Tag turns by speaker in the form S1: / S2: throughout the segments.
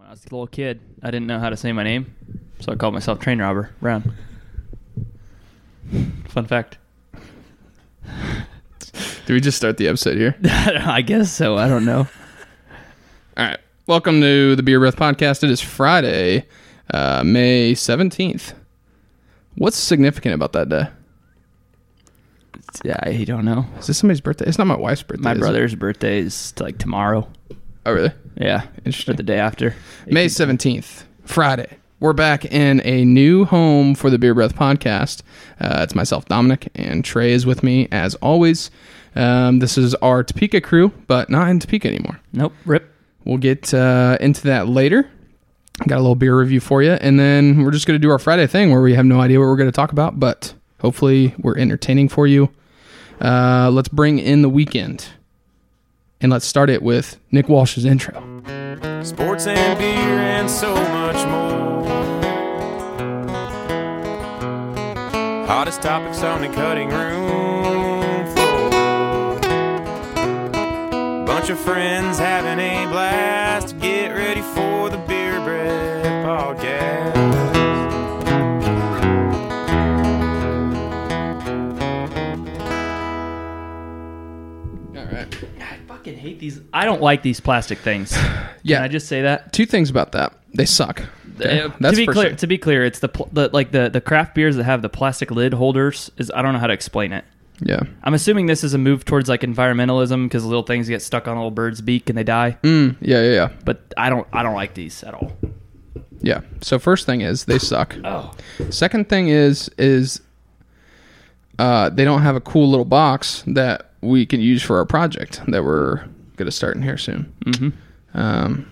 S1: I was a little kid, I didn't know how to say my name, so I called myself Train Robber Brown. Fun fact.
S2: Do we just start the episode here?
S1: I guess so. I don't know.
S2: All right. Welcome to the Beer Breath Podcast. It is Friday, uh, May 17th. What's significant about that day?
S1: Yeah, I don't know.
S2: Is this somebody's birthday? It's not my wife's birthday.
S1: My
S2: is it?
S1: brother's birthday is like tomorrow.
S2: Oh, really?
S1: Yeah,
S2: Interesting.
S1: or the day after. It
S2: May
S1: could-
S2: 17th, Friday. We're back in a new home for the Beer Breath podcast. Uh, it's myself, Dominic, and Trey is with me as always. Um, this is our Topeka crew, but not in Topeka anymore.
S1: Nope. Rip.
S2: We'll get uh, into that later. Got a little beer review for you, and then we're just going to do our Friday thing where we have no idea what we're going to talk about, but hopefully we're entertaining for you. Uh, let's bring in the weekend, and let's start it with Nick Walsh's intro.
S3: Sports and beer and so much more. Hottest topics on the cutting room floor. Bunch of friends having a blast. Get ready for the Beer Breath Podcast.
S2: All right.
S1: I fucking hate these. I don't like these plastic things. Can
S2: Yeah,
S1: I just say that?
S2: two things about that. They suck. Okay?
S1: Uh,
S2: That's
S1: to be
S2: first
S1: clear,
S2: thing.
S1: to be clear, it's the, pl- the like the the craft beers that have the plastic lid holders. Is I don't know how to explain it.
S2: Yeah.
S1: I'm assuming this is a move towards like environmentalism because little things get stuck on a little bird's beak and they die.
S2: Mm, yeah, yeah, yeah.
S1: But I don't, I don't like these at all.
S2: Yeah. So first thing is they suck.
S1: Oh,
S2: Second thing is is uh, they don't have a cool little box that we can use for our project that we're gonna start in here soon. Mm-hmm. Um,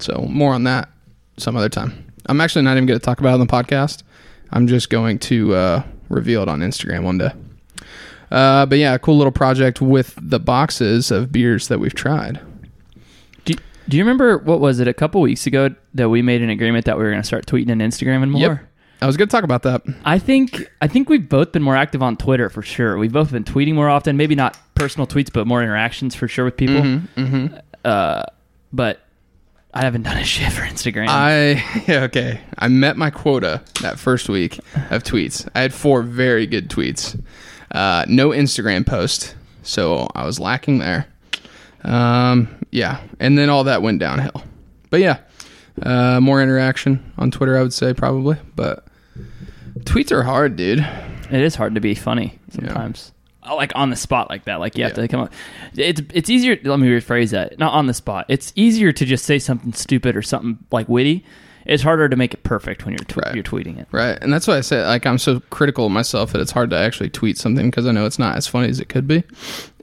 S2: so more on that some other time. I'm actually not even gonna talk about it on the podcast. I'm just going to uh, reveal it on Instagram one day. Uh, but yeah, a cool little project with the boxes of beers that we've tried.
S1: do do you remember what was it a couple weeks ago that we made an agreement that we were going to start tweeting and Instagram and more?
S2: Yep. I was gonna talk about that.
S1: I think, I think we've both been more active on Twitter for sure. We've both been tweeting more often, maybe not personal tweets, but more interactions for sure with people. Uh, but I haven't done a shit for Instagram.
S2: I yeah, okay. I met my quota that first week of tweets. I had four very good tweets. Uh, no Instagram post, so I was lacking there. Um, yeah, and then all that went downhill. But yeah, uh, more interaction on Twitter, I would say probably. But tweets are hard, dude.
S1: It is hard to be funny sometimes. Oh, Like on the spot like that. Like you have
S2: Yeah.
S1: to come up. It's it's easier. Let me rephrase that. Not on the spot. It's easier to just say something stupid or something like witty. It's harder to make it perfect when you're tw-
S2: Right.
S1: you're tweeting it.
S2: Right, and that's why I say like I'm so critical of myself that it's hard to actually tweet something because I know it's not as funny as it could be,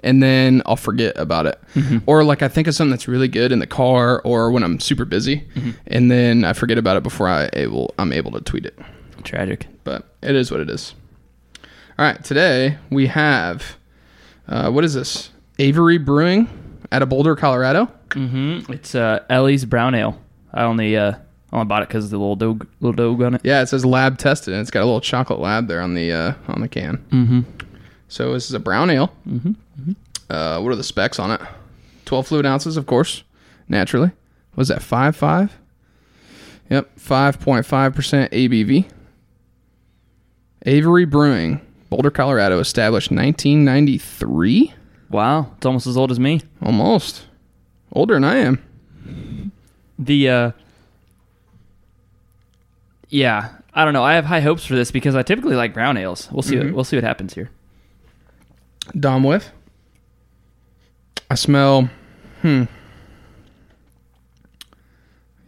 S2: and then I'll forget about it, or like I think of something that's really good in the car or when I'm super busy, and then I forget about it before I able I'm able to tweet it.
S1: Tragic.
S2: But it is what it is. All right, today we have uh, what is this Avery Brewing out of Boulder, Colorado.
S1: Mm-hmm. It's uh, Ellie's brown ale. I only uh only bought it because of the little dog little dog on it.
S2: Yeah, it says lab tested, and it's got a little chocolate lab there on the uh, on the can. Mm-hmm. So this is a brown ale. Mm-hmm. Uh, what are the specs on it? Twelve fluid ounces, of course, naturally. Was that five five? Yep, five point five percent ABV. Avery Brewing, Boulder, Colorado, established 1993.
S1: Wow, it's almost as old as me.
S2: Almost older than I am.
S1: the uh yeah i don't know i have high hopes for this because i typically like brown ales we'll see
S2: Mm-hmm.
S1: what, we'll see what happens here
S2: Dom whiff. I smell. Hmm.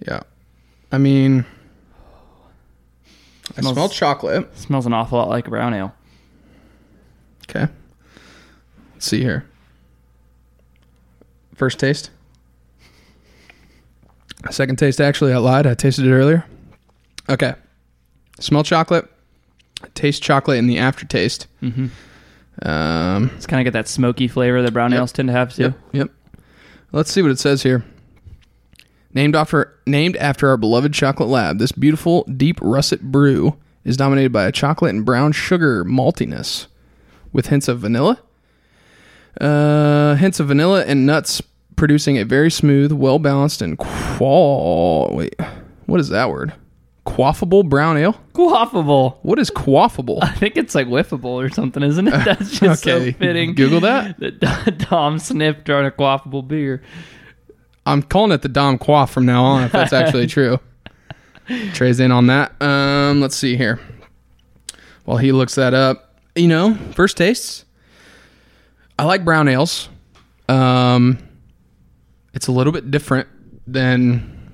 S2: Yeah. I mean, I
S1: Smells-
S2: smell chocolate.
S1: smells an awful lot like a brown ale
S2: Okay. Let's see here. First taste. Second taste, actually, I lied. I tasted it earlier. Okay. Smell chocolate. Taste chocolate in the aftertaste. Mm-hmm. Um,
S1: it's kind of got that smoky flavor that brown
S2: Yep.
S1: ales tend to have too
S2: Yep. Yep. Let's see what it says here. Named after named after our beloved chocolate lab, this beautiful deep russet brew is dominated by a chocolate and brown sugar maltiness, with hints of vanilla, uh, hints of vanilla and nuts producing a very smooth, well balanced, and qual. Wait, what is that word? Quaffable brown ale?
S1: Quaffable.
S2: What is quaffable?
S1: I think it's like whiffable or something, isn't it? That's just
S2: okay,
S1: so fitting.
S2: Google that.
S1: That Dom sniffed on a quaffable beer.
S2: I'm calling it the Dom Quaff from now on if that's actually true. Trey's in on that. Um, let's see here. While he looks that up, you know, first tastes. I like brown ales. Um, it's a little bit different than,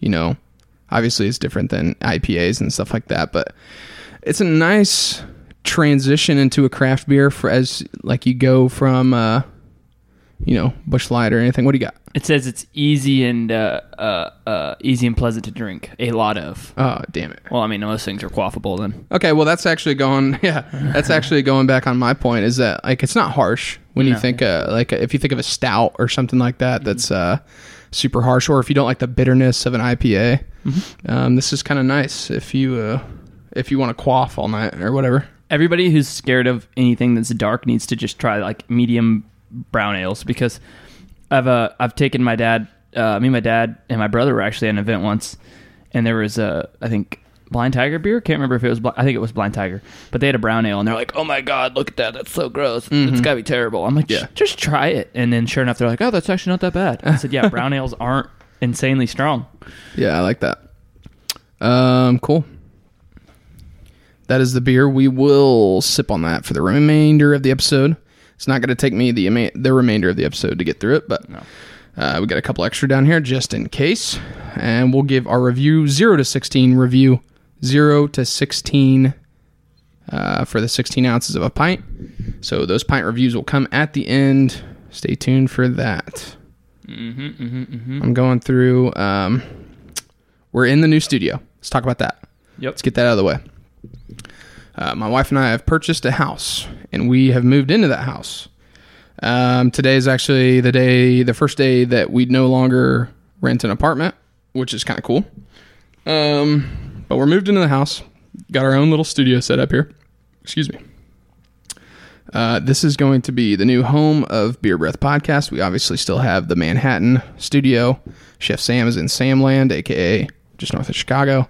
S2: you know, obviously it's different than IPAs and stuff like that, but it's a nice transition into a craft beer for as like you go from, uh, you know, bush light or anything. What do you got?
S1: It says it's easy and uh, uh, uh, easy and pleasant to drink. A lot of.
S2: Oh, damn it.
S1: Well, I mean, most things are quaffable then.
S2: Okay, well that's actually going yeah, that's actually going back on my point is that like it's not harsh when you
S1: No.
S2: think uh like if you think of a stout or something like that that's uh super harsh or if you don't like the bitterness of an IPA. Um this is kind of nice if you uh if you want to quaff all night or whatever.
S1: Everybody who's scared of anything that's dark needs to just try like medium brown ales because I've uh, I've taken my dad, uh, me, and my dad, and my brother were actually at an event once, and there was a I think Blind Tiger beer. Can't remember if it was Bli- I think it was Blind Tiger, but they had a brown ale, and they're like, "Oh my god, look at that! That's so gross. It's gotta be terrible." I'm like,
S2: Yeah.
S1: "Just- "Just try it," and then sure enough, they're like, "Oh, that's actually not that bad." I said, "Yeah, brown ales aren't insanely strong."
S2: Yeah, I like that. Um cool. That is the beer we will sip on that for the remainder of the episode. It's not going to take me the ama- the remainder of the episode to get through it, but
S1: No.
S2: Uh, we got a couple extra down here just in case. And we'll give our review 0 to 16 review 0 to 16 uh, for the 16 ounces of a pint. So those pint reviews will come at the end. Stay tuned for that. Mm-hmm, I'm going through. Um, we're in the new studio. Let's talk about that.
S1: Yep.
S2: Let's get that out of the way. Uh, my wife and I have purchased a house, and we have moved into that house. Um, today is actually the day, the first day that we no longer rent an apartment, which is kind of cool. Um, but we're moved into the house, got our own little studio set up here. Excuse me. Uh, this is going to be the new home of Beer Breath Podcast. We obviously still have the Manhattan studio. Chef Sam is in Samland, aka just north of Chicago.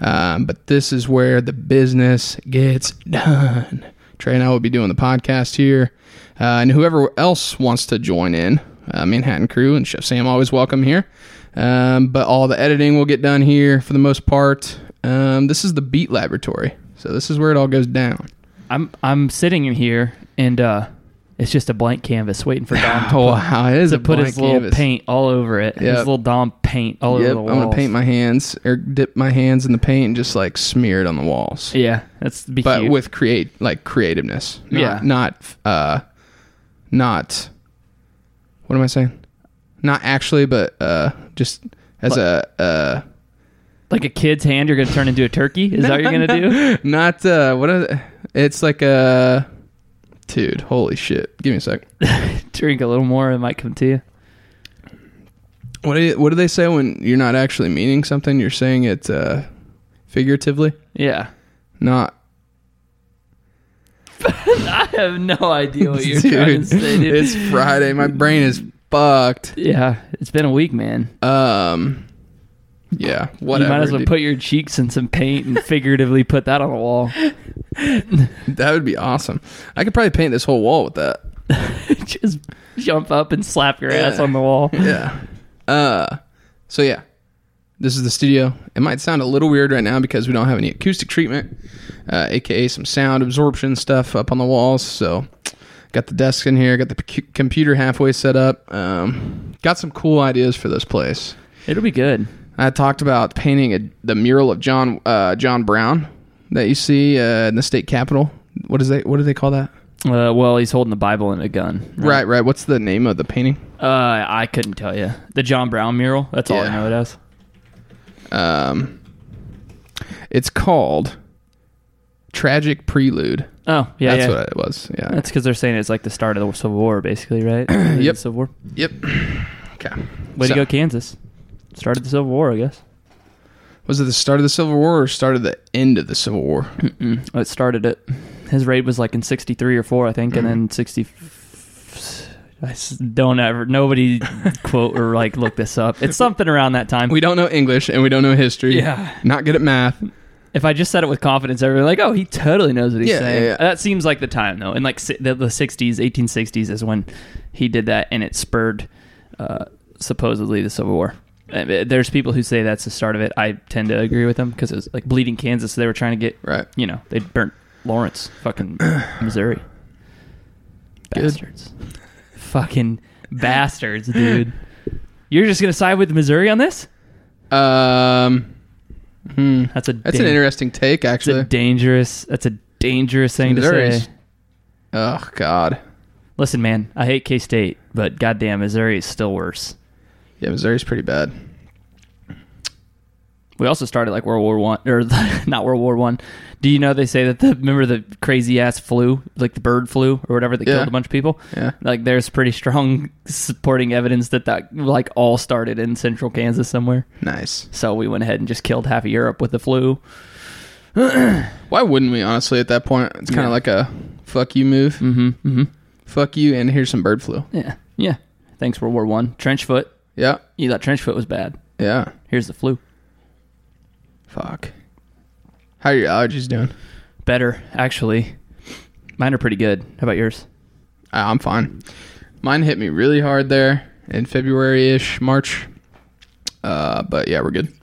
S2: Um, but this is where the business gets done. Trey and I will be doing the podcast here. Uh, and whoever else wants to join in, uh, Manhattan crew and Chef Sam always welcome here. Um, but all the editing will get done here for the most part. Um, this is the Beat Laboratory. So this is where it all goes down.
S1: I'm I'm sitting in here and uh it's just a blank canvas waiting for Dom to,
S2: Oh, wow. It is
S1: to
S2: a
S1: put his
S2: blank
S1: little
S2: canvas.
S1: paint all over it.
S2: Yep.
S1: His little Dom paint all
S2: Yep,
S1: over the
S2: I'm
S1: walls.
S2: gonna paint my hands or dip my hands in the paint and just like smear it on the walls.
S1: Yeah, that's be
S2: but
S1: cute.
S2: with create like creativeness. Not,
S1: Yeah.
S2: Not uh, not. What am I saying? Not actually, but uh, just as a uh,
S1: like a kid's hand, you're gonna turn into a turkey. Is that what you're gonna do?
S2: not uh, what is it's like a dude. Holy shit! Give me a sec.
S1: Drink a little more, it might come to you.
S2: What do you, what do they say when you're not actually meaning something? You're saying it uh, figuratively.
S1: Yeah,
S2: Not
S1: I have no idea what Oh, you're
S2: Dude,
S1: trying to say. Dude.
S2: It's Friday. My brain is fucked.
S1: yeah, it's been a week, man.
S2: Um, yeah, whatever.
S1: you might as well
S2: dude.
S1: put your cheeks in some paint and figuratively put that on a wall.
S2: that would be awesome. I could probably paint this whole wall with that.
S1: Just jump up and slap your ass
S2: Yeah.
S1: on the wall.
S2: Yeah. Uh, so yeah, this is the studio. It might sound a little weird right now because we don't have any acoustic treatment, uh, aka some sound absorption stuff up on the walls. So got the desk in here, got the p- computer halfway set up. Um, got some cool ideas for this place.
S1: It'll be good.
S2: I talked about painting a, the mural of John uh, John Brown that you see uh, in the state capitol. What is they? What do they call that?
S1: Uh, well, he's holding the Bible and a gun.
S2: Right, right. What's the name of the painting?
S1: Uh, I couldn't tell you. The John Brown mural. That's all I
S2: Yeah.
S1: know it as.
S2: Um, it's called Tragic Prelude.
S1: Oh, yeah,
S2: That's
S1: yeah.
S2: what it was. Yeah.
S1: That's because they're saying it's like the start of the Civil War, basically, right? The
S2: Yep.
S1: Civil War.
S2: yep. Okay.
S1: Way to
S2: So,
S1: go, Kansas. Started the Civil War, I guess.
S2: Was it the start of the Civil War or start of the end of the Civil War?
S1: Oh,
S2: Mm.
S1: It started it. His raid was like in '63 or four, I think, and then '60. I s- don't ever. Nobody quote or like look this up. It's something around that time.
S2: We don't know English and we don't know history.
S1: Yeah.
S2: Not good at math.
S1: if I just said it with confidence, everyone like, oh, he totally knows what he's
S2: Yeah,
S1: saying.
S2: yeah, yeah.
S1: That seems like the time though, and like si- the, the '60s, 1860s is when he did that, and it spurred uh, supposedly the Civil War. And, uh, There's people who say that's the start of it. I tend to agree with them because it was like bleeding Kansas. They were trying to get
S2: Right.
S1: You know, they burnt Lawrence, fucking Missouri. Bastards. fucking bastards, dude. You're just gonna side with Missouri on this?
S2: Um, hmm.
S1: That's a
S2: That's
S1: dang-
S2: an interesting
S1: It's
S2: take,
S1: a
S2: actually.
S1: dangerous. That's a dangerous thing to
S2: Missouri's-
S1: say.
S2: Oh God.
S1: Listen, man, I hate K State, but goddamn, Missouri is still worse.
S2: Yeah, Missouri's pretty bad.
S1: We also started like World War One, or not World War One. Do you know they say that the remember the crazy ass flu, like the bird flu or whatever that
S2: Yeah.
S1: killed a bunch of people?
S2: Yeah.
S1: Like there's pretty strong supporting evidence that that like all started in central Kansas somewhere.
S2: Nice.
S1: So we went ahead and just killed half of Europe with the flu.
S2: Why wouldn't we? Honestly, at that point, it's kind
S1: Yeah.
S2: of like a fuck you move.
S1: Mm-hmm. Mm-hmm.
S2: Fuck you, and here's some bird flu.
S1: Yeah. Yeah. Thanks World War One. Trench foot.
S2: Yeah.
S1: You thought trench foot was bad.
S2: Yeah.
S1: Here's the flu.
S2: Fuck. How are your allergies doing?
S1: Better, actually. Mine are pretty good. How about yours?
S2: Uh, I'm fine. Mine hit me really hard there in February ish, March. Uh, but yeah, we're good. A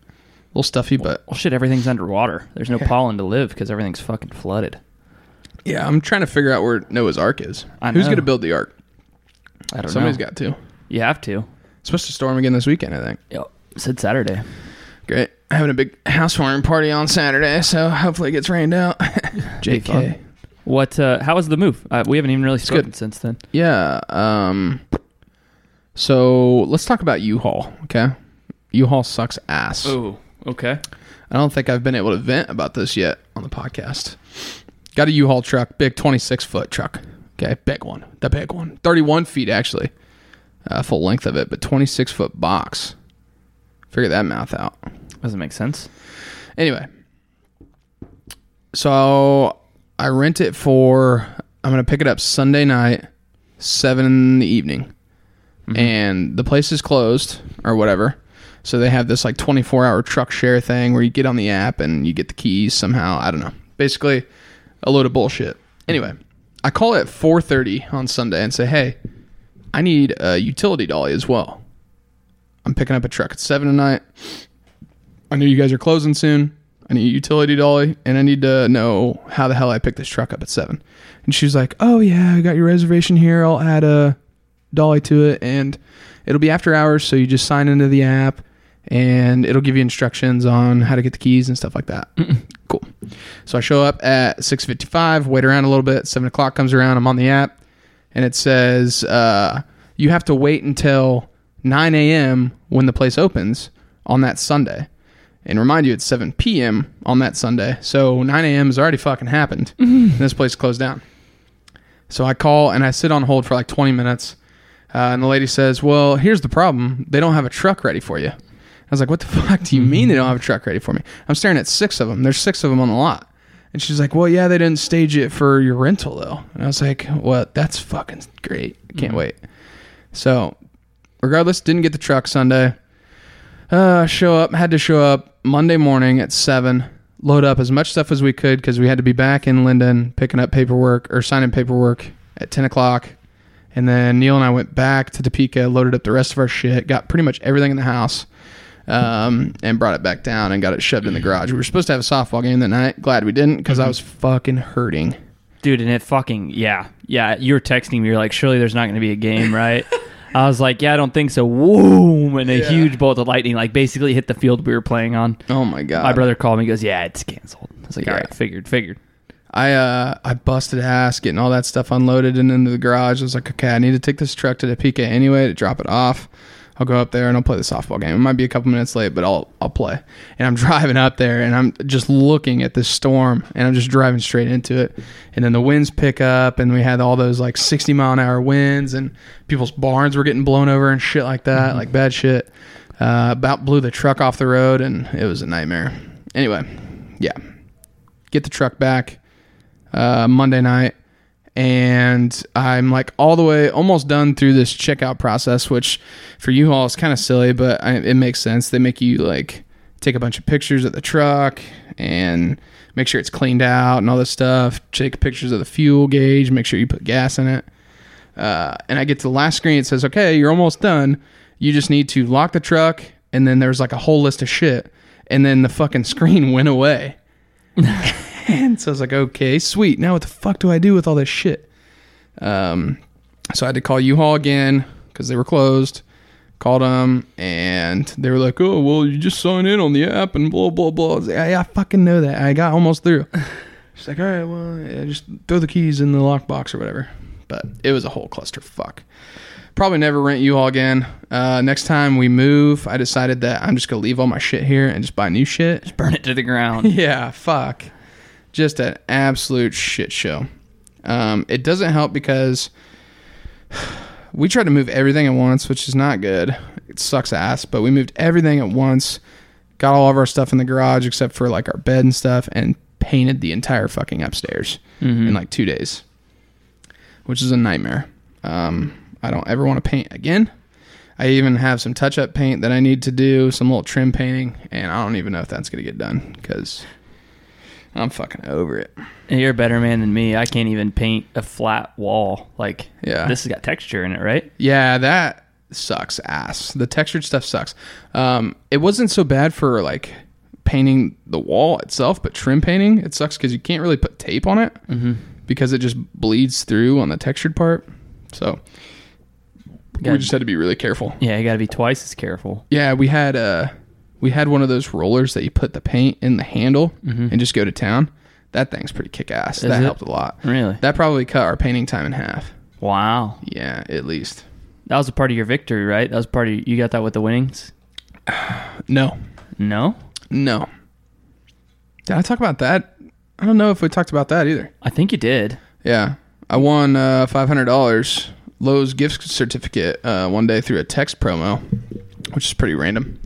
S2: little stuffy, but
S1: Well, shit, everything's underwater. There's no pollen to live because everything's fucking flooded.
S2: yeah, I'm trying to figure out where Noah's Ark is.
S1: I
S2: Who's
S1: know.
S2: going to build the Ark?
S1: I don't
S2: Somebody's
S1: know.
S2: got to.
S1: you have to.
S2: It's supposed to storm again this weekend, I think.
S1: Yep. Said Saturday.
S2: Great. Having a big housewarming party on Saturday, so hopefully it gets rained out.
S1: fun.
S2: JK.
S1: What? Uh, how was the move? Uh, we haven't even really
S2: good.
S1: spoken since then.
S2: Yeah. Um. So let's talk about U-Haul. Okay. U-Haul sucks ass.
S1: Oh, okay.
S2: I don't think I've been able to vent about this yet on the podcast. Got a U-Haul truck, big 26 foot truck. Okay, big one, the big one, 31 feet actually, uh, full length of it, but 26 foot box. Figure that math out.
S1: Doesn't make sense.
S2: Anyway, so I rent it for. I'm gonna pick it up Sunday night, seven in the evening, and the place is closed or whatever. So they have this like 24 hour truck share thing where you get on the app and you get the keys somehow. I don't know. Basically, a load of bullshit. Anyway, I call at 4:30 on Sunday and say, "Hey, I need a utility dolly as well. I'm picking up a truck at seven tonight. I know you guys are closing soon. I need a utility dolly, and I need to know how the hell I picked this truck up at seven. And she was like, "Oh yeah, I got your reservation here. I'll add a dolly to it, and it'll be after hours. So you just sign into the app, and it'll give you instructions on how to get the keys and stuff like that." cool. So I show up at six fifty-five. Wait around a little bit. Seven o'clock comes around. I'm on the app, and it says uh, you have to wait until nine a.m. when the place opens on that Sunday and remind you it's 7 p.m. on that Sunday. So 9 a.m. has already fucking happened. and this place closed down. So I call and I sit on hold for like 20 minutes. Uh, and the lady says, Well, here's the problem. They don't have a truck ready for you. I was like, What the fuck do you mean they don't have a truck ready for me? I'm staring at six of them. There's six of them on the lot. And she's like, Well, yeah, they didn't stage it for your rental, though. And I was like, Well, that's fucking great. Can't wait. So, regardless, didn't get the truck Sunday. Uh, show up, had to show up Monday morning at 7, load up as much stuff as we could because we had to be back in Linden picking up paperwork or signing paperwork at 10 o'clock. And then Neil and I went back to Topeka, loaded up the rest of our shit, got pretty much everything in the house, um, and brought it back down and got it shoved in the garage. We were supposed to have a softball game that night. Glad we didn't because I was fucking hurting.
S1: Dude, and it fucking yeah, yeah. You were texting me. You're like, surely there's not going to be a game, right? I was like, yeah, I don't think so. Whoom, and a
S2: Yeah.
S1: huge bolt of lightning like basically hit the field we were playing on.
S2: Oh my God.
S1: My brother called me. He goes, yeah, it's canceled. I was like, all
S2: Yeah.
S1: right, figured, figured.
S2: I uh I busted ass getting all that stuff unloaded and into the garage. I was like, okay, I need to take this truck to Topeka anyway to drop it off. I'll go up there and I'll play the softball game. It might be a couple minutes late, but I'll I'll play. And I'm driving up there and I'm just looking at this storm and I'm just driving straight into it. And then the winds pick up and we had all those like 60 mile an hour winds and people's barns were getting blown over and shit like that, like bad shit. Uh, about blew the truck off the road and it was a nightmare. Anyway, yeah, get the truck back uh, Monday night, and I'm like all the way almost done through this checkout process, which for you all is kind of silly, but I, it makes sense. They make you like take a bunch of pictures of the truck and make sure it's cleaned out and all this stuff. Take pictures of the fuel gauge, make sure you put gas in it. Uh, and I get to the last screen. It says, "Okay, you're almost done. You just need to lock the truck." And then there's like a whole list of shit. And then the fucking screen went away. and so I was like, "Okay, sweet. Now what the fuck do I do with all this shit?" Um, so I had to call U-Haul again because they were closed. Called them and they were like, "Oh, well, you just sign in on the app and blah blah blah." I was like, "Yeah, I fucking know that. I got almost through." She's like, all right, well, yeah, just throw the keys in the lockbox or whatever. But it was a whole clusterfuck. Probably never rent you all again. Uh, next time we move, I decided that I'm just gonna leave all my shit here and just buy new shit.
S1: Burn it to the ground.
S2: Yeah, fuck. Just an absolute shit show. Um, it doesn't help because we tried to move everything at once, which is not good. It sucks ass, but we moved everything at once, got all of our stuff in the garage except for like our bed and stuff, and painted the entire fucking upstairs
S1: Mm-hmm.
S2: in like two days, which is a nightmare. Um, I don't ever want to paint again. I even have some touch up paint that I need to do, some little trim painting, and I don't even know if that's going to get done because I'm fucking over it.
S1: You're a better man than me. I can't even paint a flat wall. Like,
S2: Yeah.
S1: this has got texture in it, right?
S2: Yeah, that sucks ass. The textured stuff sucks. Um, it wasn't so bad for like painting the wall itself, but trim painting it sucks because you can't really put tape on it because it just bleeds through on the textured part. So
S1: Got-
S2: we just had to be really careful.
S1: Yeah, you got to be twice as careful.
S2: Yeah, we had uh we had one of those rollers that you put the paint in the handle and just go to town. That thing's pretty kick ass. That
S1: it?
S2: helped a lot.
S1: Really?
S2: That probably cut our painting time in half.
S1: Wow,
S2: Yeah, at least.
S1: that was a part of your victory, right? That was part of you got that with the winnings.
S2: No,
S1: No,
S2: No. Did I talk about that? I don't know if we talked about that either.
S1: I think you did.
S2: Yeah. I won uh, $500 Lowe's gift certificate uh, one day through a text promo, which is pretty random.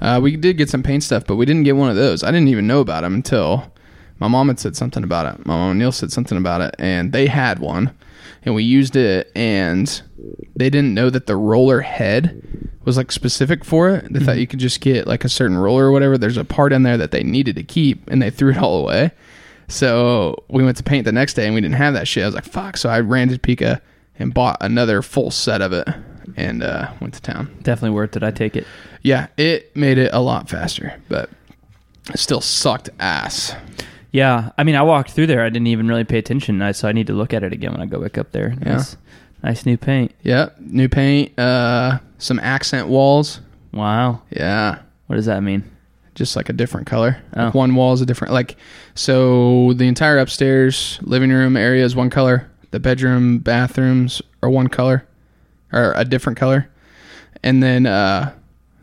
S2: Uh, we did get some paint stuff, but we didn't get one of those. I didn't even know about them until my mom had said something about it. My mom and Neil said something about it, and they had one, and we used it, and they didn't know that the roller head was like specific for it. They thought you could just get like a certain roller or whatever. There's a part in there that they needed to keep, and they threw it all away. So we went to paint the next day and we didn't have that shit. I was like, fuck. So I ran to Topeka and bought another full set of it and uh, went to town.
S1: Definitely worth it. I take it.
S2: Yeah, it made it a lot faster, but it still sucked ass.
S1: Yeah, I mean, I walked through there. I didn't even really pay attention, I- so I need to look at it again when I go back up there. Nice, nice new paint.
S2: Yep. New paint, uh, some accent walls.
S1: Wow,
S2: Yeah.
S1: what does that mean?
S2: Just like a different color.
S1: Oh.
S2: Like one wall is a different, like, so the entire upstairs living room area is one color. The bedroom bathrooms are one color. or a different color. And then uh,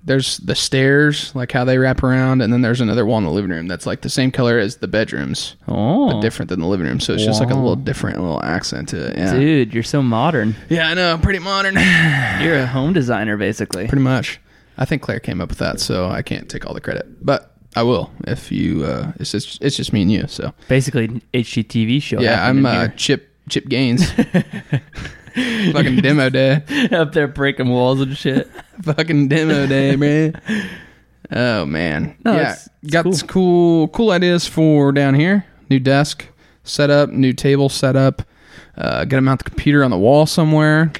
S2: there's the stairs, like how they wrap around, and then there's another wall in the living room that's like the same color as the bedrooms,
S1: Oh,
S2: but different uh, than the living room. So it's just like a
S1: Wow.
S2: little different little accent to it. Yeah,
S1: dude, you're so modern.
S2: yeah, I know. I'm pretty modern,
S1: You're a home designer, basically.
S2: pretty much. I think Claire came up with that, so I can't take all the credit, but I will if you. Uh, it's just it's just me and you. So
S1: basically, HGTV show.
S2: yeah, I'm
S1: happened in
S2: uh,
S1: here.
S2: Chip Chip Gaines. fucking demo day,
S1: up there breaking walls and shit.
S2: fucking demo day, man. Oh man,
S1: No,
S2: yeah,
S1: it's- it's
S2: got
S1: cool.
S2: s- cool cool ideas for down here. New desk setup, new table setup. Uh, got to mount the computer on the wall somewhere.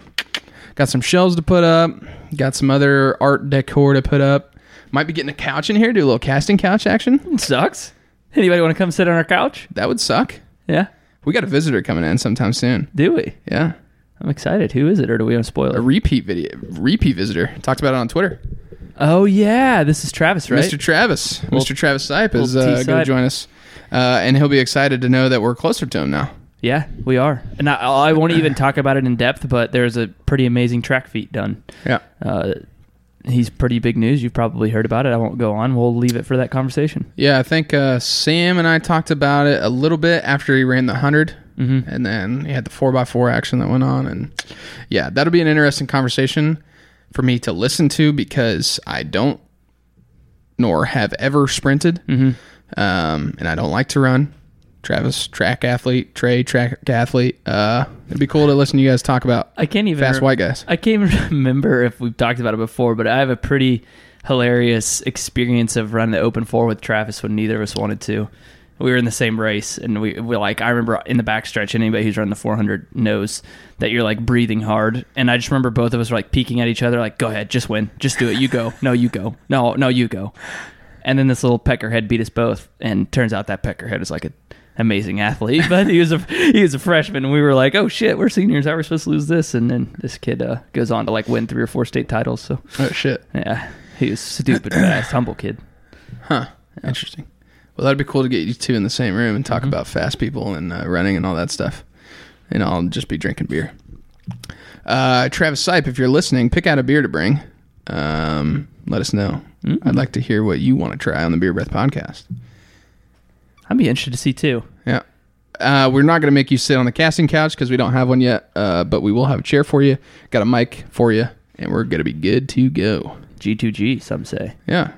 S2: Got some shelves to put up. Got some other art decor to put up. Might be getting a couch in here. Do a little casting couch action.
S1: It sucks. Anybody want to come sit on our couch?
S2: That would suck.
S1: Yeah,
S2: We got a visitor coming in sometime soon.
S1: do we?
S2: Yeah,
S1: I'm excited. Who is it, or do we want to spoil
S2: a
S1: it?
S2: repeat video, repeat visitor. Talked about it on Twitter.
S1: Oh yeah, this is Travis, right?
S2: Mr. Travis, Mr. Travis Sipe is
S1: old T.
S2: uh, going to
S1: Sipe.
S2: join us, uh, and he'll be excited to know that we're closer to him now.
S1: Yeah, we are. And I, I won't even talk about it in depth, but there's a pretty amazing track feat done.
S2: Yeah,
S1: Uh, he's pretty big news. You've probably heard about it. I won't go on. We'll leave it for that conversation.
S2: yeah. I think uh, Sam and I talked about it a little bit after he ran the 100
S1: Mm-hmm.
S2: and then he had the four x four action that went on, and yeah, that'll be an interesting conversation for me to listen to because I don't nor have ever sprinted,
S1: Mm-hmm.
S2: um, and I don't like to run. Travis, track athlete, Trey, track athlete. Uh, it'd be cool to listen to you guys talk about
S1: I can't even
S2: fast white guys.
S1: I can't even remember if we've talked about it before, but I have a pretty hilarious experience of running the open four with Travis when neither of us wanted to. We were in the same race, and we we like I remember in the backstretch, anybody who's running the 400 knows that you're like breathing hard. And I just remember both of us were like peeking at each other, like, "Go ahead, just win, just do it. You go, no, you go, no, no, you go." And then this little peckerhead beat us both, and turns out that peckerhead is like an amazing athlete, but he was a he was a freshman, and we were like, "Oh shit, we're seniors. How are we supposed to lose this?" And then this kid uh, goes on to like win three or four state titles. So
S2: Oh shit,
S1: yeah, he was stupid, fast, humble kid.
S2: huh? Interesting. Well, that'd be cool to get you two in the same room and talk about fast people and uh, running and all that stuff. And I'll just be drinking beer. Uh, Travis Sipe, if you're listening, pick out a beer to bring. Um, let us know. I'd like to hear what you want to try on the Beer Breath podcast.
S1: I'd be interested to see too.
S2: Yeah. Uh, we're not going to make you sit on the casting couch because we don't have one yet, uh, but we will have a chair for you. Got a mic for you, and we're going to be good to go.
S1: G2G, some say.
S2: Yeah.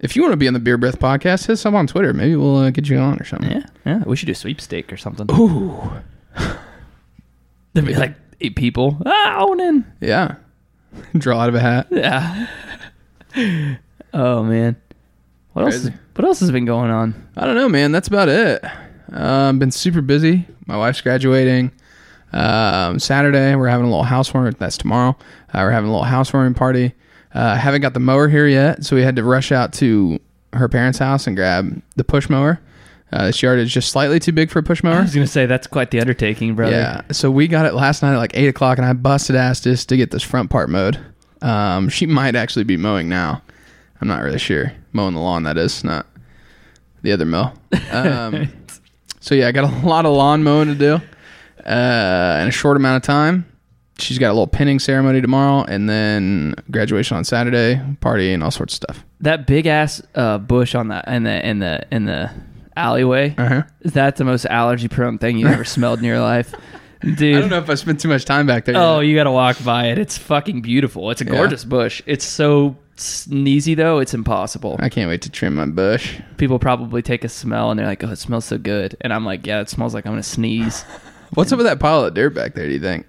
S2: If you want to be on the Beer Breath podcast, hit us up on Twitter. Maybe we'll uh, get you on or something.
S1: Yeah, yeah. We should do a sweepstake or something.
S2: Ooh.
S1: There'd be like eight people. Ah, own in.
S2: Yeah. Draw out of a hat.
S1: Yeah. oh man, what else?
S2: Crazy.
S1: What else has been going on?
S2: I don't know, man. That's about it. Um, been super busy. My wife's graduating. Um, Saturday, we're having a little housewarming. That's tomorrow. Uh, we're having a little housewarming party. Uh, haven't got the mower here yet, so we had to rush out to her parents' house and grab the push mower. Uh, this yard is just slightly too big for a push
S1: I
S2: mower.
S1: was gonna say that's quite the undertaking, brother.
S2: Yeah. So we got it last night at like eight o'clock, and I busted ass just to get this front part mowed. Um, she might actually be mowing now. I'm not really sure. Mowing the lawn, that is, not the other mow. Um, so yeah, I got a lot of lawn mowing to do uh, in a short amount of time. She's got a little pinning ceremony tomorrow, and then graduation on Saturday, party, and all sorts of stuff.
S1: that big ass uh, bush on the in the in the in the alleyway.
S2: Uh-huh.
S1: Is that the most allergy prone thing you ever smelled in your life, dude?
S2: I don't know if I spent too much time back there.
S1: Oh,
S2: yet.
S1: you got to walk by it. It's fucking beautiful. It's a
S2: Yeah.
S1: gorgeous bush. It's so sneezy though. It's impossible.
S2: I can't wait to trim my bush.
S1: People probably take a smell and they're like, "Oh, it smells so good," and I'm like, "Yeah, it smells like I'm gonna sneeze."
S2: What's up with that pile of dirt back there? Do you think?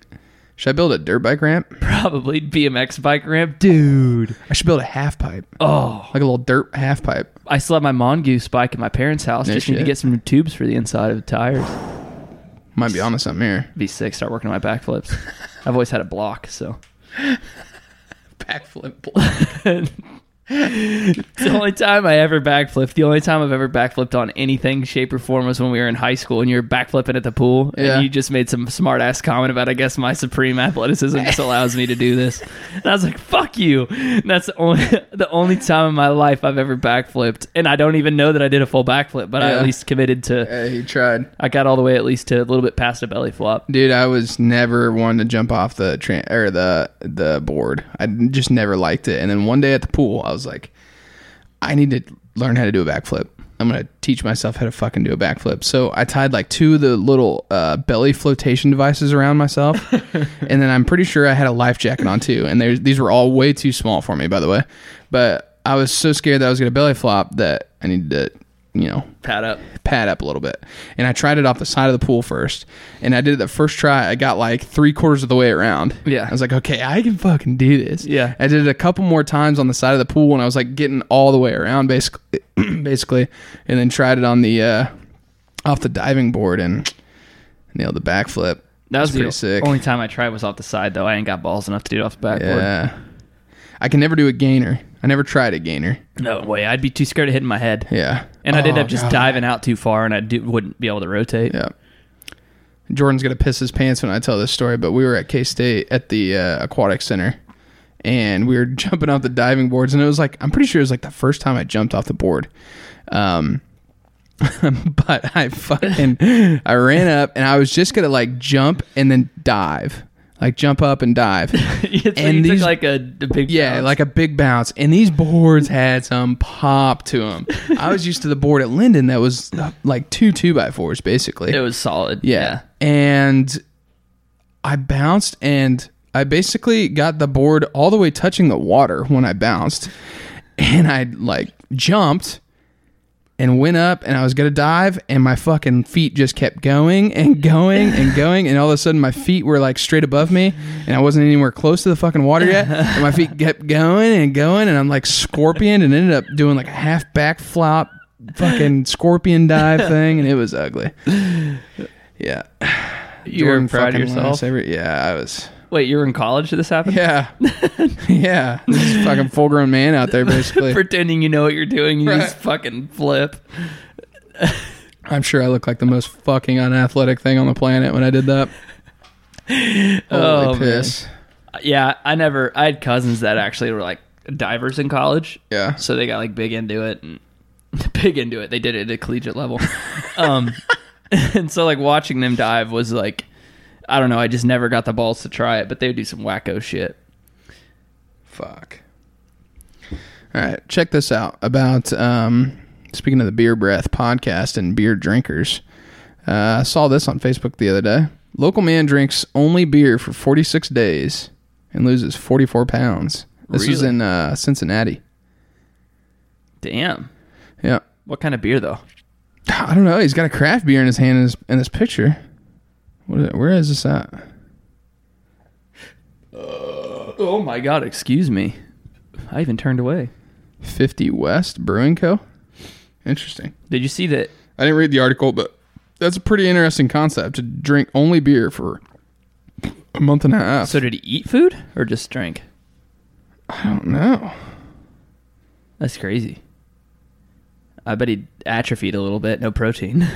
S2: Should I build a dirt bike ramp?
S1: probably BMX bike ramp, dude.
S2: I should build a half pipe,
S1: Oh,
S2: like a little dirt half pipe.
S1: I still have my mongoose bike at my parents' house.
S2: No
S1: Just need to
S2: shit.
S1: get some new tubes for the inside of the tires.
S2: Might be onto something here.
S1: Be sick. Start working on my backflips. I've always had a block, so.
S2: Backflip. block.
S1: It's the only time I ever backflipped. The only time I've ever backflipped on anything, shape, or form was when we were in high school and you were backflipping at the pool.
S2: Yeah.
S1: And you just made some smart ass comment about, I guess, my supreme athleticism just allows me to do this. And I was like, fuck you. And that's the only, the only time in my life I've ever backflipped. And I don't even know that I did a full backflip, but I
S2: Yeah.
S1: at least committed to,
S2: hey, he tried.
S1: I got all the way at least to a little bit past a belly flop.
S2: Dude, I was never one to jump off the train or the the board. I just never liked it. And then one day at the pool, I was like, I need to learn how to do a backflip. I'm gonna teach myself how to fucking do a backflip. So I tied like two of the little uh, belly flotation devices around myself, and then I'm pretty sure I had a life jacket on too. And there's, these were all way too small for me, by the way. But I was so scared that I was gonna belly flop that I needed to, you know,
S1: Pat up.
S2: pad up a little bit. And I tried it off the side of the pool first. And I did it the first try. I got like three quarters of the way around.
S1: Yeah.
S2: I was like, okay, I can fucking do this.
S1: Yeah.
S2: I did it a couple more times on the side of the pool and I was like getting all the way around basically basically. And then tried it on the uh off the diving board and nailed the backflip.
S1: That was
S2: pretty
S1: the
S2: sick.
S1: only time I tried was off the side, though. I ain't got balls enough to do it off the backboard.
S2: Yeah. I can never do a gainer. I never tried a gainer.
S1: No way. I'd be too scared of hitting my head.
S2: Yeah.
S1: And I'd end
S2: Oh,
S1: up just
S2: God.
S1: diving out too far, and I do, wouldn't be able to rotate.
S2: Yeah. Jordan's gonna piss his pants when I tell this story, but we were at K State at the uh, aquatic center, and we were jumping off the diving boards, and it was like I'm pretty sure it was like the first time I jumped off the board. Um, but I fucking I ran up, and I was just gonna like jump and then dive, like jump up and dive.
S1: it's like
S2: And
S1: you
S2: these-
S1: took like a, a big
S2: Yeah,
S1: bounce.
S2: like a big bounce. And these boards had some pop to them. I was used to the board at Linden that was uh, like two two by fours, basically.
S1: it was solid.
S2: Yeah. And I bounced and I basically got the board all the way touching the water when I bounced. And I like jumped and went up and I was gonna dive and my fucking feet just kept going and going and going and all of a sudden my feet were like straight above me and I wasn't anywhere close to the fucking water yet and my feet kept going and going and I'm like scorpion and ended up doing like a half back flop fucking scorpion dive thing and it was ugly. Yeah.
S1: You were
S2: Jordan
S1: proud of
S2: fucking
S1: yourself.
S2: Lewis, every- yeah, I was.
S1: Wait, you were in college that this happened?
S2: Yeah, yeah. This is a fucking full grown man out there, basically.
S1: Pretending you know what you're doing, you
S2: Right.
S1: just fucking flip.
S2: I'm sure I look like the most fucking unathletic thing on the planet when I did that. Holy
S1: Oh, man.
S2: piss!
S1: Yeah, I never. I had cousins that actually were like divers in college.
S2: Yeah.
S1: So they got like big into it and big into it. They did it at a collegiate level. um, and so like watching them dive was like, I don't know. I just never got the balls to try it, but they would do some wacko shit.
S2: Fuck. All right, check this out. About um, speaking of the beer breath podcast and beer drinkers, uh, I saw this on Facebook the other day. Local man drinks only beer for 46 days and loses 44 pounds. This was
S1: Really?
S2: in uh, Cincinnati.
S1: Damn.
S2: Yeah.
S1: What kind of beer though?
S2: I don't know. He's got a craft beer in his hand in, his, in this picture. What is it, where is this at?
S1: Oh my god! Excuse me. I even turned away.
S2: 50 West Brewing Co. Interesting.
S1: Did you see that?
S2: I didn't read the article, but that's a pretty interesting concept to drink only beer for a month and a half.
S1: So did he eat food or just drink?
S2: I don't know.
S1: That's crazy. I bet he atrophied a little bit, no protein.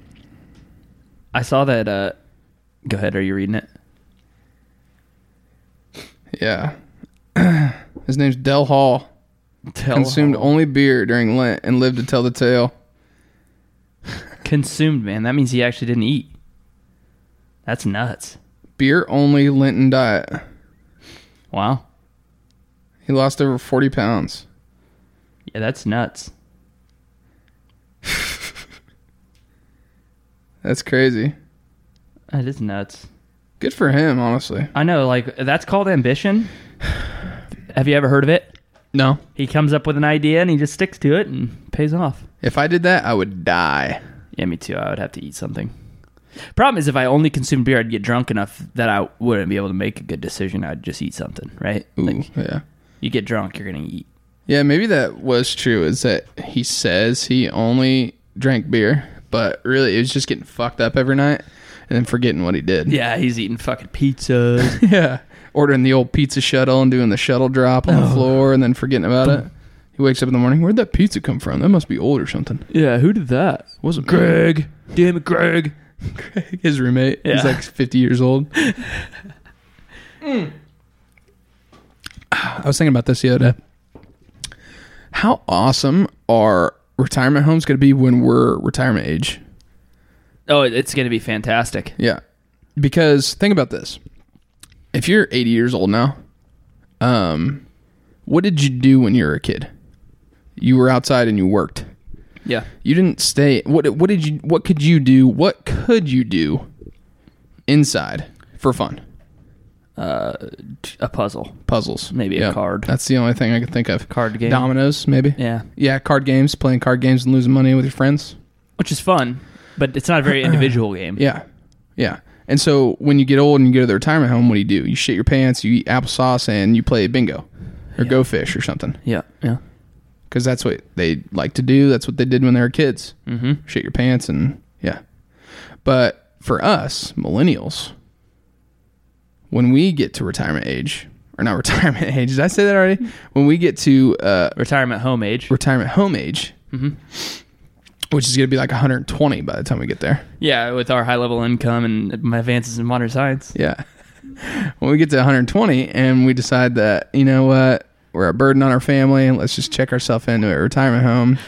S1: I saw that uh go ahead, are you reading it?
S2: Yeah. his name's Del Hall.
S1: Tell
S2: Consumed only beer during Lent and lived to tell the tale.
S1: consumed, man. That means he actually didn't eat. That's nuts.
S2: Beer only Lenten diet.
S1: Wow.
S2: He lost over 40 pounds.
S1: Yeah, that's nuts.
S2: That's crazy.
S1: That is nuts.
S2: Good for him, honestly.
S1: I know, like that's called ambition. Have you ever heard of it?
S2: No.
S1: He comes up with an idea and he just sticks to it and pays off.
S2: If I did that, I would die.
S1: Yeah, me too. I would have to eat something. Problem is, if I only consumed beer, I'd get drunk enough that I wouldn't be able to make a good decision. I'd just eat something, right?
S2: Ooh,
S1: Like,
S2: yeah.
S1: you get drunk, you're gonna eat.
S2: Yeah, maybe that was true. Is that he says he only drank beer, but really it was just getting fucked up every night and then forgetting what he did.
S1: Yeah, he's eating fucking pizzas.
S2: Yeah. Ordering the old pizza shuttle and doing the shuttle drop on the floor and then forgetting about it. He wakes up in the morning. Where'd that pizza come from? That must be old or something.
S1: yeah, who did that?
S2: Wasn't
S1: Greg. Damn it, Greg.
S2: his roommate?
S1: Yeah.
S2: He's like 50 years old. I was thinking about this the other day. How awesome are retirement homes going to be when we're retirement age?
S1: Oh, it- it's gonna be fantastic.
S2: Yeah. Because think about this. If you're 80 years old now, um what did you do when you were a kid? You were outside and you worked.
S1: Yeah,
S2: You didn't stay what what did you what could you do? What could you do inside for fun?
S1: uh, t- a puzzle.
S2: Puzzles.
S1: Maybe a card.
S2: That's the only thing I can think of.
S1: Card game.
S2: Dominoes, maybe.
S1: Yeah,
S2: Yeah, card games, playing card games and losing money with your friends.
S1: which is fun, but it's not a very individual game.
S2: Yeah. Yeah. And so when you get old and you go to the retirement home, what do you do? You shit your pants, you eat applesauce, and you play bingo or go fish or something.
S1: yeah, yeah.
S2: Because that's what they like to do. That's what they did when they were kids.
S1: Mm-hmm.
S2: Shit your pants and yeah. But for us, millennials, when we get to retirement age, or not retirement age, did I say that already? When we get to uh,
S1: Retirement home age.
S2: retirement home age, which is going to be like 120 by the time we get there.
S1: yeah, with our high level income and my advances in modern science.
S2: Yeah. When we get to 120 and we decide that, you know what, we're a burden on our family and let's just check ourselves into a retirement home,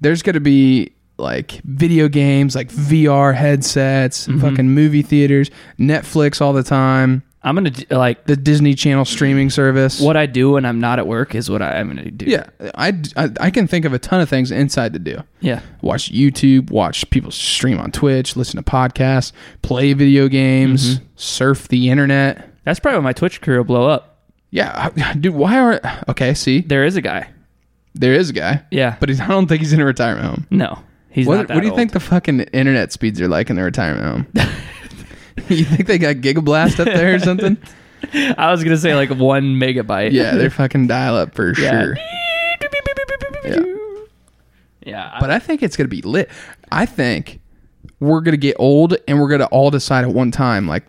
S2: there's going to be like video games, like VR headsets, fucking movie theaters, Netflix all the time,
S1: I'm gonna d- like
S2: the Disney Channel streaming service.
S1: what I do when I'm not at work is what I, I'm gonna do.
S2: Yeah. I, I, I can think of a ton of things inside to do.
S1: yeah.
S2: Watch YouTube, watch people stream on Twitch, listen to podcasts, play video
S1: Mm-hmm.
S2: games, surf the internet.
S1: That's probably when my Twitch career will blow up.
S2: Yeah, dude. Why are okay? See,
S1: There is a guy.
S2: There is a guy.
S1: Yeah.
S2: But he's, I don't think he's in a retirement home.
S1: No, he's
S2: What,
S1: not that
S2: what do you
S1: old.
S2: think the fucking internet speeds are like in the retirement home? you think they got gigablast up there or something?
S1: I was gonna say like one megabyte.
S2: yeah, they're fucking dial up for
S1: Yeah.
S2: sure. Yeah.
S1: Yeah,
S2: But I think it's gonna be lit. I think we're gonna get old and we're gonna all decide at one time, like,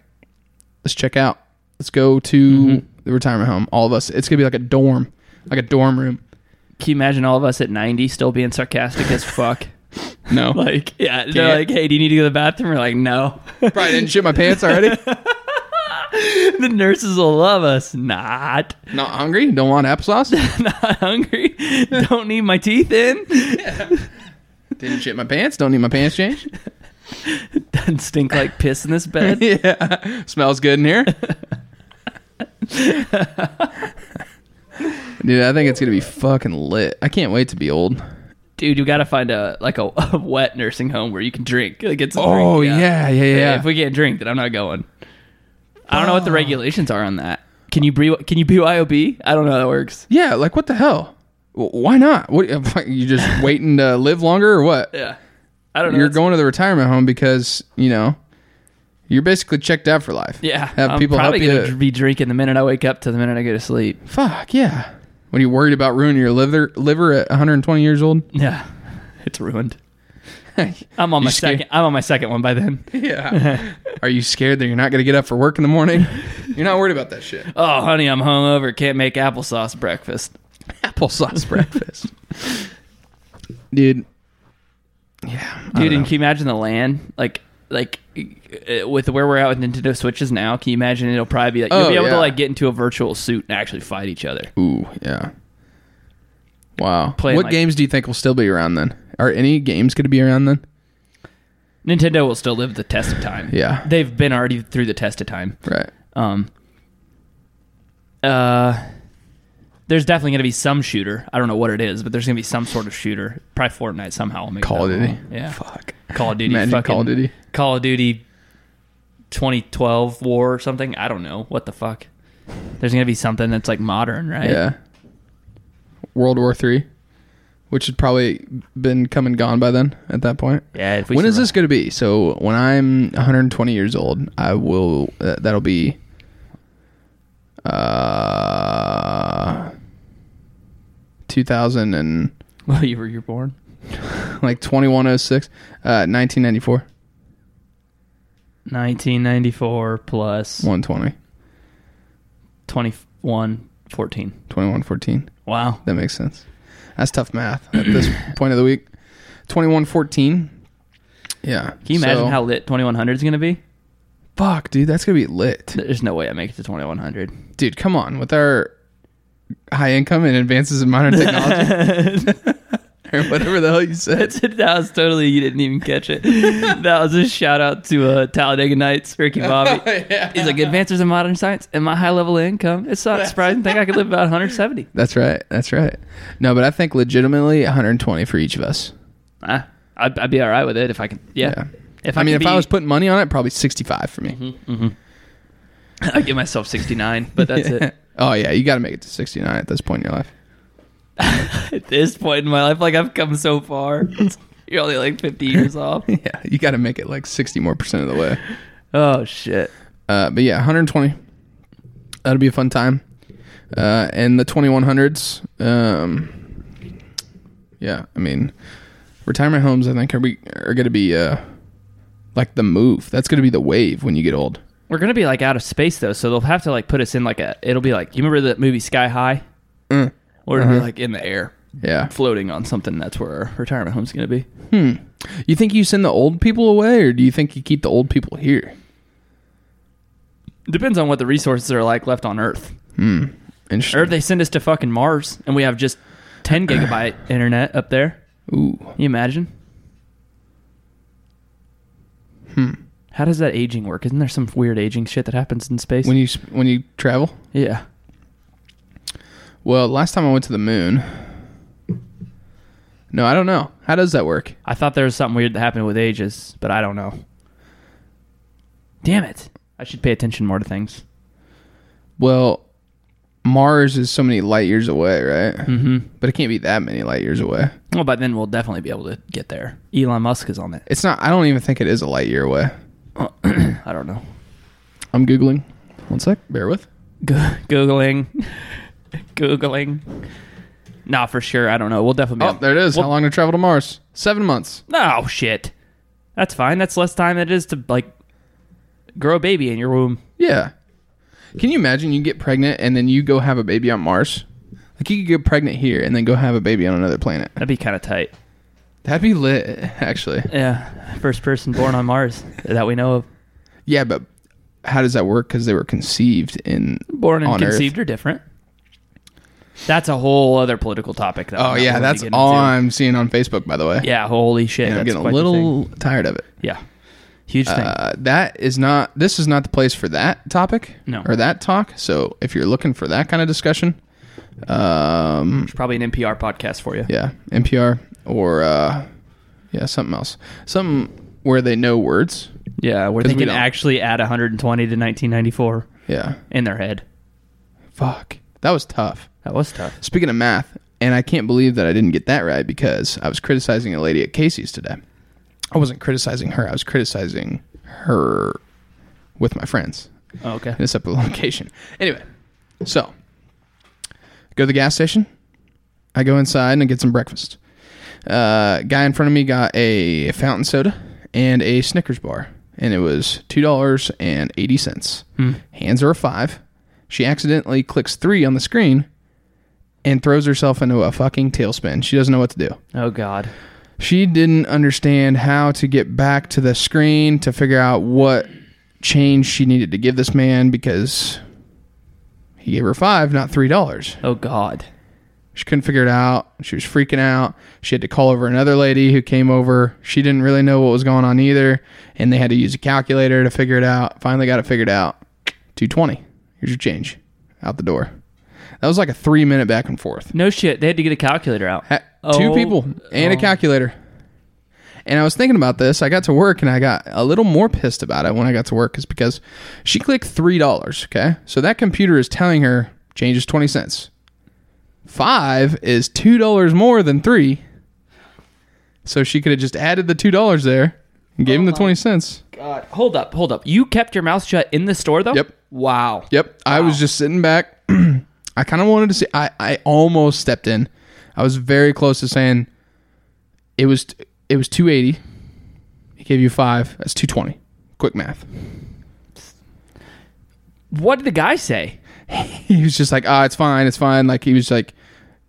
S2: let's check out. Let's go to the retirement home. All of us. It's gonna be like a dorm. Like a dorm room.
S1: can you imagine all of us at 90 still being sarcastic as fuck?
S2: No.
S1: Like, yeah, they're
S2: Can't.
S1: like, hey, do you need to go to the bathroom? We're like, no.
S2: probably didn't shit my pants already.
S1: the nurses will love us. Not.
S2: Not hungry? Don't want applesauce?
S1: Not hungry. Don't need my teeth in.
S2: Didn't shit my pants. Don't need my pants changed.
S1: Doesn't stink like piss in this bed.
S2: yeah, smells good in here. Dude, I think it's gonna be fucking lit. I can't wait to be old.
S1: Dude, you gotta find a like a, a wet nursing home where you can drink. Like it's a
S2: Oh
S1: drink,
S2: yeah, yeah, yeah.
S1: If we can't drink, then I'm not going. I don't know what the regulations are on that. Can you bre- can you BYOB? I don't know how that works.
S2: yeah, like what the hell? W- Why not? What you just waiting to live longer or what?
S1: Yeah, I don't know.
S2: You're
S1: That's-
S2: going to the retirement home because you know you're basically checked out for life.
S1: Yeah,
S2: have
S1: I'm
S2: people help
S1: probably
S2: you.
S1: gonna be drinking the minute I wake up to the minute I go to sleep.
S2: Fuck yeah. When you worried about ruining your liver liver at 120 years old?
S1: Yeah, it's ruined. I'm on
S2: You
S1: my
S2: scared?
S1: second. I'm on my second one by then.
S2: Yeah. Are you scared that you're not going to get up for work in the morning? You're not worried about that shit.
S1: Oh, honey, I'm hungover. Can't make applesauce breakfast.
S2: Applesauce breakfast. Dude. Yeah. I
S1: Dude,
S2: don't
S1: and can you imagine the land? Like, like uh, with where we're at with Nintendo Switches now, can you imagine it'll probably be like you'll
S2: Oh,
S1: be able
S2: yeah.
S1: to like get into a virtual suit and actually fight each other.
S2: know. Ooh, yeah. Wow.
S1: Playing
S2: what
S1: like-
S2: games do you think will still be around then? Are any games going to be around then?
S1: Nintendo will still live the test of time.
S2: Yeah.
S1: They've been already through the test of time.
S2: Right.
S1: Um, uh, there's definitely going to be some shooter. I don't know what it is, but there's going to be some sort of shooter. Probably Fortnite somehow. will Make
S2: Call of
S1: that
S2: Duty.
S1: one. Yeah.
S2: Fuck.
S1: Call of Duty.
S2: Imagine
S1: fucking-
S2: Call of Duty.
S1: Call of Duty 2012 war or something. I don't know. What the fuck? There's going to be something that's like modern, right?
S2: Yeah. World War Three, which had probably been come and gone by then at that point.
S1: Yeah. If we
S2: when is
S1: survive-
S2: this going to be? So when I'm 120 years old, I will. Uh, that'll be. Uh, 2000 and
S1: Well, you were you're born.
S2: like 2106, uh, 1994,
S1: 1994 plus
S2: 120,
S1: 21, 14.
S2: 2114.
S1: Wow.
S2: That makes sense. That's tough math at this point of the week. 2114. Yeah.
S1: Can you imagine
S2: So-
S1: how lit 2100 is going to be?
S2: fuck, dude? That's gonna be lit.
S1: There's no way I make it to 2100.
S2: dude come on with our high income and advances in modern technology or whatever the hell you said
S1: That's it. That was totally. You didn't even catch it. that was a shout out to uh, Talladega Nights, Ricky
S2: Oh,
S1: Bobby. He's like advances in modern science and my high level of income. It's not surprising. to think I could live about 170.
S2: that's right that's right no but i think legitimately 120 for each of us
S1: Ah, I'd, I'd be all right with it if I can. Yeah.
S2: Yeah.
S1: If
S2: i,
S1: could
S2: mean if
S1: be- Mm-hmm,
S2: i was putting money on it probably 65 for me
S1: I give myself 69, but that's it.
S2: oh yeah you gotta make it to 69 at this point in your life
S1: At this point in my life, like I've come so far. You're only like 50 years off.
S2: yeah you gotta make it like 60 more percent of the way
S1: Oh shit.
S2: uh, but yeah 120 that'll be a fun time uh, and the 2100s um, yeah i mean retirement homes i think are, be, are gonna be uh, like the move that's gonna be the wave when you get old
S1: We're gonna be like out of space though, so they'll have to like put us in like a. It'll be like you remember that movie Sky High.
S2: Mm.
S1: We're gonna be like in the air,
S2: yeah Hmm.
S1: floating on something. That's where our retirement home's gonna be.
S2: you think you send the old people away or do you think you keep the old people here
S1: Depends on what the resources are like left on Earth. Or
S2: Hmm. Interesting.
S1: if they send us to fucking Mars and we have just 10 gigabyte internet up there.
S2: Ooh.
S1: Can you imagine? Hmm.
S2: Hmm.
S1: How does that aging work? Isn't there some weird aging shit that happens in space?
S2: when you s- when you travel
S1: yeah.
S2: well last time i went to the moon no i don't know how does that work
S1: I thought there was something weird that happened with ages, but I don't know. Damn it. I should pay attention more to things.
S2: Well, Mars is so many light years away, right?
S1: Mm-hmm.
S2: But it can't be that many light years away.
S1: Well, by then we'll definitely be able to get there. Elon Musk is on it.
S2: It's not. I don't even think it is a light year away.
S1: I don't know.
S2: I'm googling. One sec. Bear with.
S1: Go- Googling, googling. Nah, for sure. I don't know. We'll definitely.
S2: Oh, there it is. How long to travel to Mars? Seven months.
S1: No shit. That's fine. That's less time than it is to like grow a baby in your womb.
S2: Yeah. Can you imagine you get pregnant and then you go have a baby on Mars? Like you could get pregnant here and then go have a baby on another planet.
S1: That'd be kind of tight.
S2: That'd be lit, actually.
S1: Yeah, first person born on Mars that we know of.
S2: Yeah, but how does that work? Because they were conceived in.
S1: Born and
S2: On Earth.
S1: conceived are different. That's a whole other political topic. That
S2: Oh
S1: we're not
S2: yeah,
S1: gonna
S2: that's
S1: get
S2: all
S1: into.
S2: I'm seeing on Facebook, by the way.
S1: Yeah, holy shit.
S2: And I'm
S1: that's
S2: getting a
S1: quite the thing.
S2: little tired of it.
S1: Yeah, huge thing.
S2: Uh, that is not. This is not the place for that topic.
S1: No.
S2: Or that talk. So if you're looking for that kind of discussion, um,
S1: It's probably an NPR podcast for you.
S2: Yeah, NPR or uh, yeah, something else, something where they know words.
S1: Yeah, where
S2: 'Cause
S1: they
S2: we
S1: can
S2: don't.
S1: actually add 120 to 1994
S2: Yeah,
S1: in their head.
S2: fuck, that was tough.
S1: That was tough.
S2: Speaking of math, and I can't believe that I didn't get that right because I was criticizing a lady at Casey's today. I wasn't criticizing her; I was criticizing her with my friends.
S1: Oh, okay.
S2: This up a location. Anyway, so go to the gas station. I go inside and I get some breakfast. Uh, guy in front of me got a fountain soda and a Snickers bar, and it was two dollars and eighty cents.
S1: Hmm.
S2: Hands her a five. She accidentally clicks three on the screen and throws herself into a fucking tailspin. She doesn't know what to do.
S1: Oh God.
S2: She didn't understand how to get back to the screen to figure out what change she needed to give this man because he gave her five, not three dollars.
S1: Oh God.
S2: She couldn't figure it out. She was freaking out. She had to call over another lady who came over. She didn't really know what was going on either, and they had to use a calculator to figure it out. Finally got it figured out. 220. Here's your change. Out the door. That was like a 3 minute back and forth.
S1: No shit. They had to get a calculator out.
S2: Ha-
S1: Oh,
S2: two people and a
S1: oh.
S2: calculator. And I was thinking about this. I got to work and I got a little more pissed about it when I got to work is because she clicked three dollars. Okay, so that computer is telling her changes twenty cents. Five is two dollars more than three, so she could have just added the two dollars there
S1: Oh
S2: and gave him the twenty cents.
S1: God. Hold up. Hold up. You kept your mouth shut in the store though.
S2: Yep.
S1: Wow.
S2: Yep. I was just sitting back. I kind of wanted to see. I, I almost stepped in. I was very close to saying it was it was two eighty. He gave you five. That's two twenty. Quick math.
S1: What did the guy say?
S2: He was just like, ah, it's fine, it's fine. Like he was like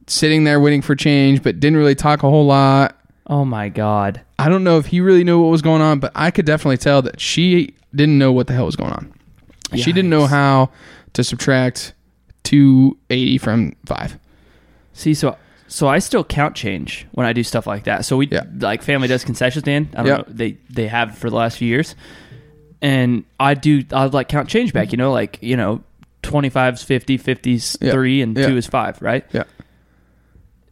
S2: sitting there waiting for change, but didn't really talk a whole lot.
S1: Oh my God.
S2: I don't know if he really knew what was going on, but I could definitely tell that she didn't know what the hell was going on. She didn't know
S1: Yikes.
S2: how to subtract two eighty from five.
S1: See, so so I still count change when I do stuff like that. So we
S2: Yeah.
S1: like family does concession stand. I don't
S2: Yeah.
S1: know. They they have for the last few years, and I do I like count change back. You know, like you know, twenty fives, fifty, fifties,
S2: Yeah.
S1: three, and
S2: Yeah.
S1: two is five, right?
S2: Yeah.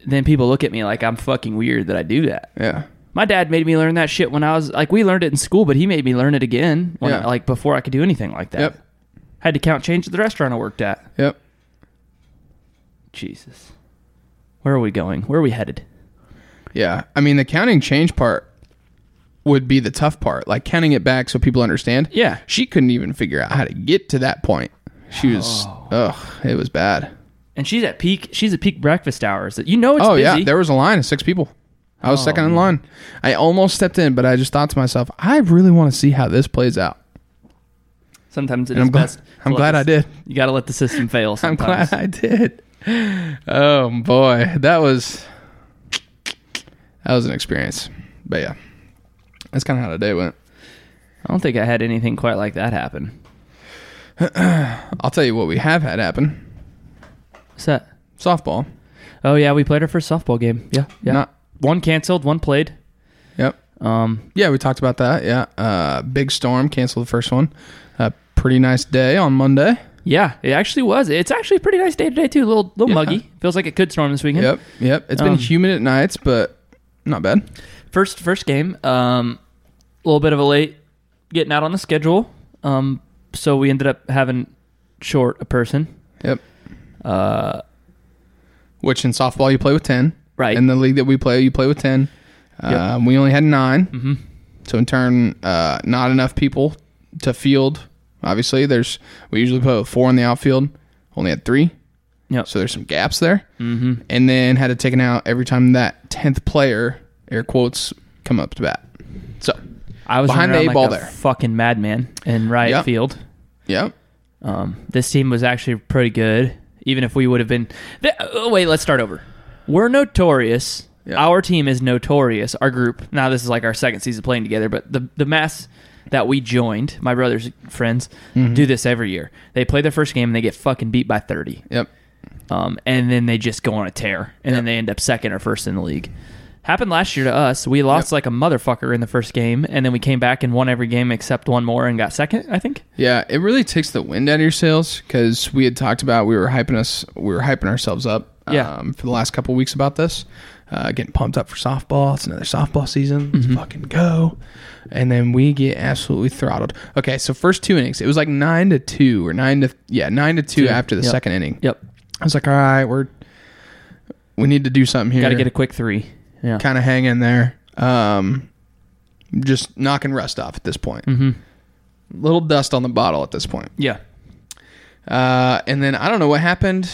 S1: Then people look at me like I'm fucking weird that I do that.
S2: Yeah.
S1: My dad made me learn that shit when I was like we learned it in school, but he made me learn it again when
S2: Yeah.
S1: like before I could do anything like that.
S2: Yep.
S1: Had to count change at the restaurant I worked at.
S2: Yep.
S1: Jesus. Where are we going? Where are we headed?
S2: Yeah. I mean, the counting change part would be the tough part, like counting it back so people understand.
S1: Yeah.
S2: She couldn't even figure out how to get to that point. She was,
S1: Oh.
S2: ugh, it was bad.
S1: and she's at peak she's at peak breakfast hours that you know it's
S2: oh,
S1: busy. Oh,
S2: yeah. There was a line of six people. I was second in line. I almost stepped in, but I just thought to myself, I really want to see how this plays out.
S1: sometimes it's
S2: And I'm glad,
S1: best
S2: I'm glad I did.
S1: you gotta let the system fail
S2: I'm
S1: sometimes.
S2: glad I did. Oh, boy. That was, that was an experience. But yeah, that's kind of how today went.
S1: i don't think i had anything quite like that happen
S2: I'll tell you what we have had happen.
S1: what's that
S2: softball.
S1: oh yeah we played our first softball game yeah yeah
S2: Not-
S1: one canceled one played
S2: Yep.
S1: um
S2: Yeah, we talked about that. Yeah. Uh, big storm canceled the first one. A pretty nice day on Monday.
S1: yeah it actually was it's actually a pretty nice day today too a little little
S2: Yeah.
S1: muggy feels like it could storm this weekend
S2: Yep. Yep. It's
S1: Um,
S2: been humid at nights, but not bad.
S1: first first game um a little bit of a late getting out on the schedule um so we ended up having short a person
S2: Yep.
S1: Uh,
S2: Which in softball you play with ten.
S1: Right.
S2: In the league that we play, you play with ten. Um, we only had 9 So in turn, uh, not enough people to field. Obviously, there's we usually put four in the outfield. Only had three.
S1: Yep.
S2: So there's some gaps there. Mm-hmm. And then had it taken out every time that tenth player, air quotes, come up to bat. So,
S1: I was running
S2: Behind the
S1: around
S2: eight
S1: like
S2: ball
S1: a
S2: there.
S1: fucking madman in right
S2: Yeah.
S1: field.
S2: yeah.
S1: Um, this team was actually pretty good, even if we would have been. Th- oh, wait, let's start over. We're notorious.
S2: Yeah.
S1: Our team is notorious. Our group. Now this is like our second season playing together, but the the mass that we joined, my brother's friends,
S2: Mm-hmm.
S1: do this every year. They play their first game and they get fucking beat by thirty,
S2: Yep.
S1: um, and then they just go on a tear, and then
S2: Yep.
S1: they end up second or first in the league. Happened last year to us. We lost like a motherfucker in the first game, and then we came back and won every game except one more and got second. I think.
S2: Yeah, it really takes the wind out of your sails because we had talked about we were hyping us, we were hyping ourselves up,
S1: Yeah.
S2: um, for the last couple weeks about this, uh, getting pumped up for softball. It's another softball season.
S1: Mm-hmm.
S2: Let's fucking go, and then we get absolutely throttled. Okay, so first two innings, it was like nine to two or nine to yeah nine to two,
S1: Two,
S2: after the
S1: yep.
S2: second inning.
S1: Yep.
S2: I was like, all right, we're we need to do something here.
S1: Got to get a quick three. Yeah.
S2: kind of hang in there. Um, just knocking rust off at this point.
S1: Mm-hmm.
S2: Little dust on the bottle at this point.
S1: Yeah.
S2: Uh, and then I don't know what happened.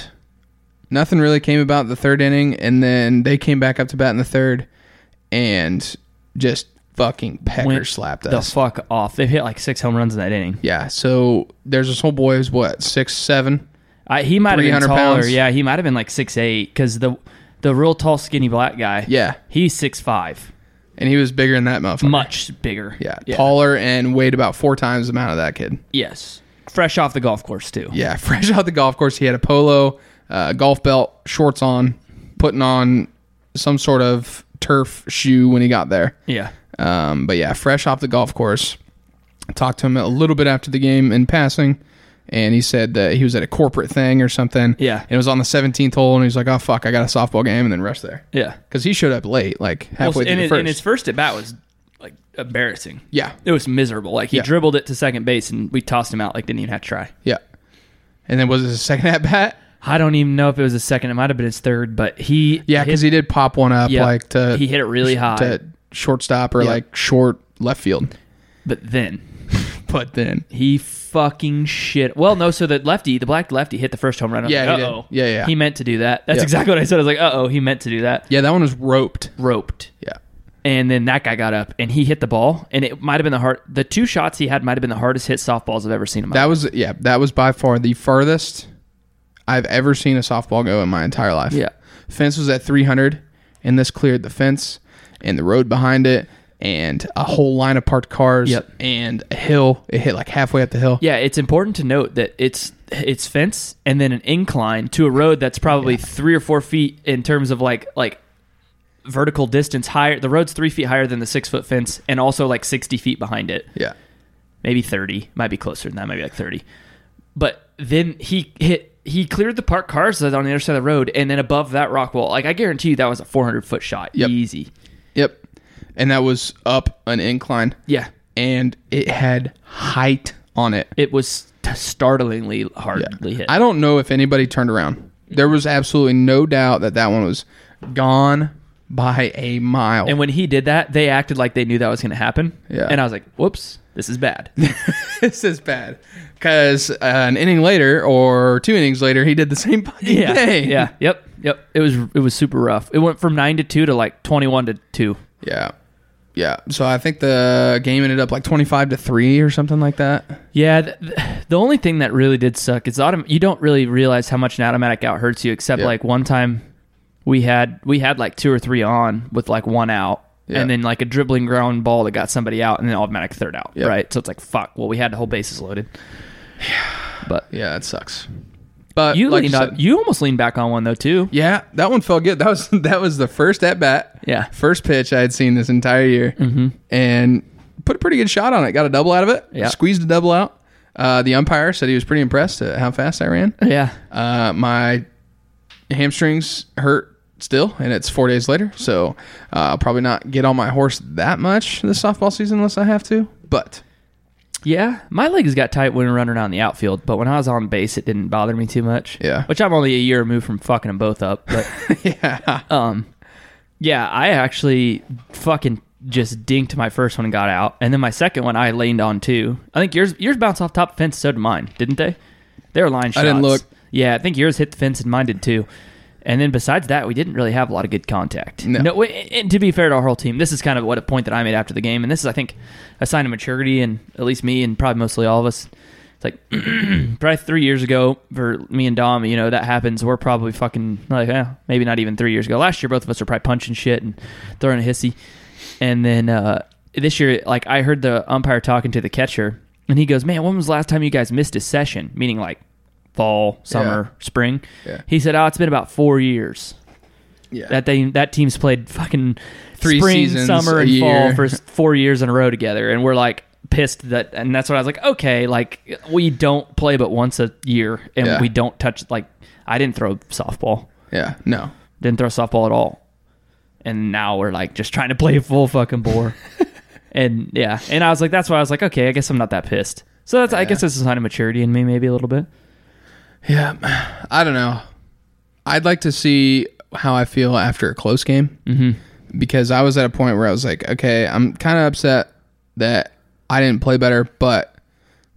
S2: Nothing really came about in the third inning, and then they came back up to bat in the third, and just fucking pecker
S1: Went
S2: slapped
S1: The
S2: us.
S1: fuck off. They've hit like six home runs in that inning.
S2: yeah. So there's this whole boy who's what six seven.
S1: I, he might have been
S2: 300
S1: taller.
S2: pounds.
S1: Yeah, he might have been like six eight because the the real tall, skinny black guy.
S2: Yeah,
S1: He's six five,
S2: and he was bigger than that motherfucker.
S1: much bigger.
S2: Yeah, taller and weighed about four times the amount of that kid.
S1: Yes, fresh off the golf course too.
S2: Yeah, fresh out the golf course, he had a polo, uh, golf belt, shorts on, putting on some sort of turf shoe when he got there.
S1: Yeah.
S2: Um, but yeah, fresh off the golf course, talked to him a little bit after the game in passing, and he said that he was at a corporate thing or something.
S1: Yeah.
S2: and it was on the 17th hole, and he was like, "Oh fuck, I got a softball game," and then rushed there
S1: Yeah.
S2: because he showed up late, like
S1: Well,
S2: halfway
S1: and,
S2: through
S1: it-
S2: the
S1: and his
S2: first.
S1: first at bat was like embarrassing.
S2: Yeah,
S1: It was miserable. Like he
S2: Yeah.
S1: dribbled it to second base and we tossed him out. Like didn't even have to try.
S2: yeah. And then was it his second at bat?
S1: I don't even know if it was his second. It might have been his third, but he
S2: Yeah, because he did pop one up,
S1: Yeah.
S2: like to
S1: He hit it really high.
S2: to shortstop or
S1: Yeah.
S2: like short left field.
S1: but then
S2: But then,
S1: He fucking shit. Well, no, so the lefty, the black lefty, hit the first home run. I was
S2: Yeah,
S1: like,
S2: he did.
S1: "Uh-oh."
S2: Yeah, yeah.
S1: He meant to do that. That's
S2: Yeah.
S1: exactly what I said. I was like, uh oh, he meant to do that.
S2: yeah, that one was roped.
S1: Roped.
S2: Yeah,
S1: And then that guy got up and he hit the ball. And it might have been the hard, the two shots he had might have been the hardest hit softballs I've ever seen in my
S2: that was yeah, that was by far the farthest I've ever seen a softball go in my entire life.
S1: Yeah.
S2: fence was at 300, and this cleared the fence and the road behind it. And a whole line of parked cars
S1: Yep.
S2: and a hill. It hit like halfway up the hill.
S1: Yeah, it's important to note that it's it's fence and then an incline to a road that's probably three or four feet in terms of like like vertical distance higher. The road's three feet higher than the six foot fence, and also like sixty feet behind it.
S2: Yeah.
S1: maybe 30 might be closer than that maybe like 30 but then he hit he cleared the parked cars that are on the other side of the road and then above that rock wall like i guarantee you that was a 400 foot shot
S2: Yep.
S1: easy
S2: Yep. And that was up an incline.
S1: yeah
S2: And it had height on it.
S1: it was t- startlingly
S2: Yeah.
S1: hardly hit
S2: I don't know if anybody turned around. There was absolutely no doubt that that one was gone by a mile.
S1: and when he did that they acted like they knew that was going to happen
S2: Yeah.
S1: and i was like whoops this is bad
S2: this is bad because uh, an inning later or two innings later, he did the same fucking
S1: yeah
S2: thing.
S1: yeah yep yep it was it was super rough it went from 9 to 2 to like 21 to 2
S2: yeah, yeah. So I think the game ended up like twenty-five to three or something like that.
S1: Yeah, th- th- the only thing that really did suck is autom- you don't really realize how much an automatic out hurts you, except
S2: Yeah.
S1: like one time we had we had like two or three on with like one out,
S2: Yeah.
S1: and then like a dribbling ground ball that got somebody out, and then automatic third out,
S2: Yeah.
S1: right? So it's like fuck. Well, we had the whole bases loaded. But
S2: Yeah, it sucks. But
S1: you
S2: like
S1: leaned
S2: you
S1: up,
S2: said-
S1: you almost leaned back on one though too.
S2: yeah, that one felt good. That was that was the first at bat.
S1: Yeah.
S2: first pitch I had seen this entire year,
S1: Mm-hmm.
S2: and put a pretty good shot on it. Got a double out of it.
S1: Yeah.
S2: squeezed a double out. Uh, the umpire said he was pretty impressed at how fast I ran.
S1: Yeah,
S2: Uh, my hamstrings hurt still, and it's four days later, so uh, I'll probably not get on my horse that much this softball season unless I have to. But
S1: Yeah, my legs got tight when running around the outfield, but when I was on base, it didn't bother me too much.
S2: Yeah.
S1: which I'm only a year removed from fucking them both up. But
S2: yeah.
S1: um, yeah, I actually fucking just dinked my first one and got out, and then my second one I leaned on too. I think yours yours bounced off top fence, so did mine, didn't they? They were line shots.
S2: I didn't look.
S1: Yeah, I think yours hit the fence and mine did too. And then besides that, we didn't really have a lot of good contact.
S2: No.
S1: no and and to be fair to our whole team, this is kind of what a point that I made after the game, and this is I think a sign of maturity, and at least me and probably mostly all of us. It's like probably three years ago for me and Dom, you know, that happens. We're probably fucking like, eh, maybe not even three years ago. Last year, both of us were probably punching shit and throwing a hissy. And then uh, this year, like, I heard the umpire talking to the catcher, and he goes, Man, when was the last time you guys missed a session? Meaning like fall, summer, spring.
S2: Yeah.
S1: He said, Oh, it's been about four years.
S2: Yeah.
S1: That they that team's played fucking
S2: Three
S1: spring,
S2: seasons,
S1: summer,
S2: a
S1: and fall
S2: year.
S1: for s- four years in a row together, and we're like pissed that, and that's when I was like, okay, like we don't play but once a year, and
S2: Yeah.
S1: we don't touch. Like I didn't throw softball,
S2: yeah. No.
S1: didn't throw softball at all, and now we're like just trying to play full fucking bore, and yeah, and I was like, that's why I was like, okay, I guess I'm not that pissed. So that's I
S2: Yeah.
S1: guess that's a sign of maturity in me, maybe a little bit.
S2: Yeah. I don't know. I'd like to see how I feel after a close game mm-hmm. because I was at a point where I was like, okay, I'm kind of upset that I didn't play better, but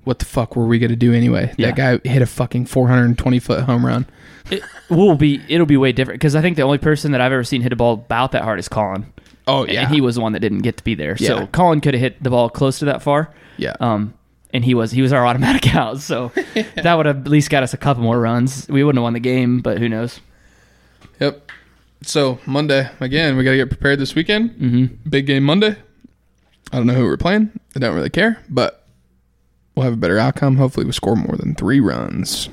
S2: what the fuck were we going to do anyway?
S1: Yeah.
S2: That guy hit a fucking 420 foot home run.
S1: It will be it'll be way different because I think the only person that I've ever seen hit a ball about that hard is Colin.
S2: Oh, yeah.
S1: and he was the one that didn't get to be there.
S2: Yeah.
S1: So Colin could have hit the ball close to that far.
S2: Yeah.
S1: Um, and he was he was our automatic out. So that would have at least got us a couple more runs. We wouldn't have won the game, but who knows?
S2: Yep. So Monday again, we got to get prepared this weekend. Mm-hmm. Big game Monday. I don't know who we're playing. I don't really care, but we'll have a better outcome. Hopefully, we score more than three runs.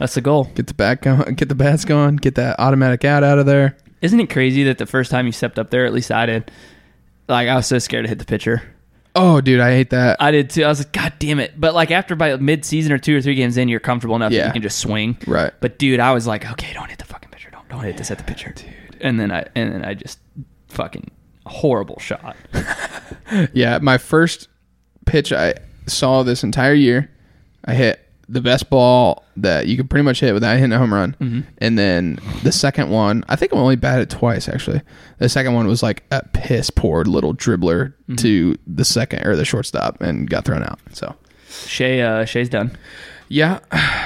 S1: That's the goal.
S2: Get the bat going. Get the bats going. Get that automatic out out of there.
S1: Isn't it crazy that the first time you stepped up there, at least I did. Like I was so scared to hit the pitcher.
S2: Oh, dude, I hate that.
S1: I did too. I was like, God damn it! But like after by mid season or two or three games in, you're comfortable enough that
S2: Yeah.
S1: you can just swing.
S2: Right.
S1: But dude, I was like, okay, don't hit the fucking pitcher. Don't don't hit this at the pitcher, dude. And then I and then I just fucking horrible shot.
S2: yeah, my first pitch I saw this entire year, I hit the best ball that you could pretty much hit without hitting a home run.
S1: Mm-hmm.
S2: And then the second one, I think I only batted twice actually. The second one was like a piss poor little dribbler
S1: Mm-hmm.
S2: to the second or the shortstop and got thrown out. So
S1: Shay, uh, Shay's done.
S2: yeah,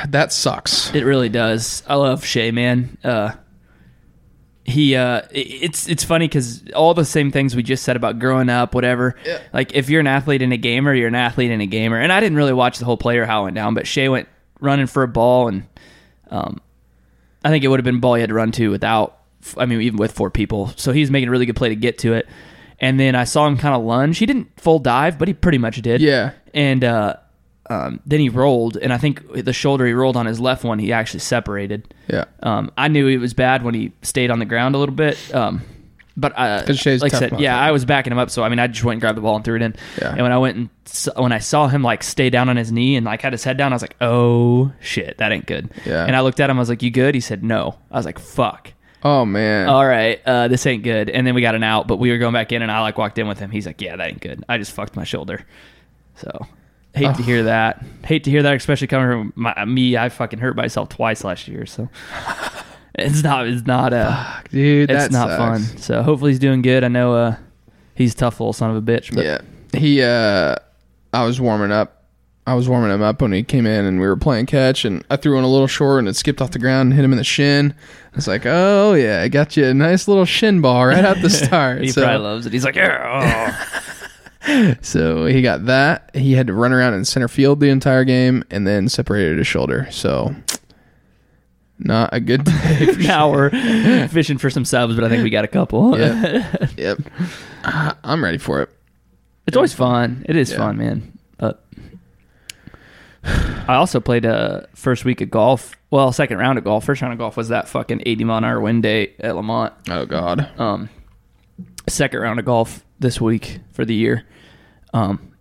S2: that sucks.
S1: It really does. I love Shay, man. Uh, he, uh, i- it's it's funny because all the same things we just said about growing up, whatever.
S2: Yeah.
S1: Like if you're an athlete and a gamer, you're an athlete and a gamer. And I didn't really watch the whole play or how it went down, but Shay went running for a ball, and um, I think it would have been a ball you had to run to without. I mean, even with four people, so he was making a really good play to get to it. And then I saw him kind of lunge. He didn't full dive, but he pretty much did
S2: Yeah.
S1: and uh, um, then he rolled, and I think the shoulder he rolled on his left one, he actually separated.
S2: Yeah.
S1: Um, I knew it was bad when he stayed on the ground a little bit, um, but uh,
S2: 'Cause Shay's
S1: like I
S2: tough
S1: said,
S2: about
S1: yeah,
S2: that.
S1: I was backing him up, so I mean, I just went and grabbed the ball and threw it in.
S2: Yeah.
S1: And when I went and s when I saw him like stay down on his knee and like had his head down, I was like, oh shit, that ain't good.
S2: Yeah.
S1: And I looked at him, I was like, you good? He said no. I was like, fuck
S2: Oh man.
S1: all right, uh, this ain't good. And then we got an out, but we were going back in, and I like walked in with him. He's like, yeah, that ain't good. I just fucked my shoulder. So hate to hear that. Hate to hear that, especially coming from my, me. I fucking hurt myself twice last year, so it's not it's not uh,
S2: Dude,
S1: it's
S2: that
S1: not fun.
S2: sucks.
S1: So hopefully he's doing good. I know uh, he's a tough little son of a bitch, but
S2: Yeah. He uh I was warming up. I was warming him up when he came in and we were playing catch and I threw in a little short and it skipped off the ground and hit him in the shin. I was like, "Oh yeah, I got you a nice little shin ball right out the start."
S1: he
S2: so,
S1: probably loves it. He's like, yeah. oh."
S2: so he got that. He had to run around in center field the entire game and then separated his shoulder. So not a good day.
S1: oh, now we're fishing for some subs, but I think we got a couple.
S2: yep. yep. Ah, I'm ready for it.
S1: It's always fun. It is
S2: Yeah.
S1: fun, man. But I also played a first week of golf. Well, second round of golf. First round of golf was that fucking eighty mile an hour wind day at Lamont.
S2: Oh god.
S1: Um, second round of golf this week for the year. Um,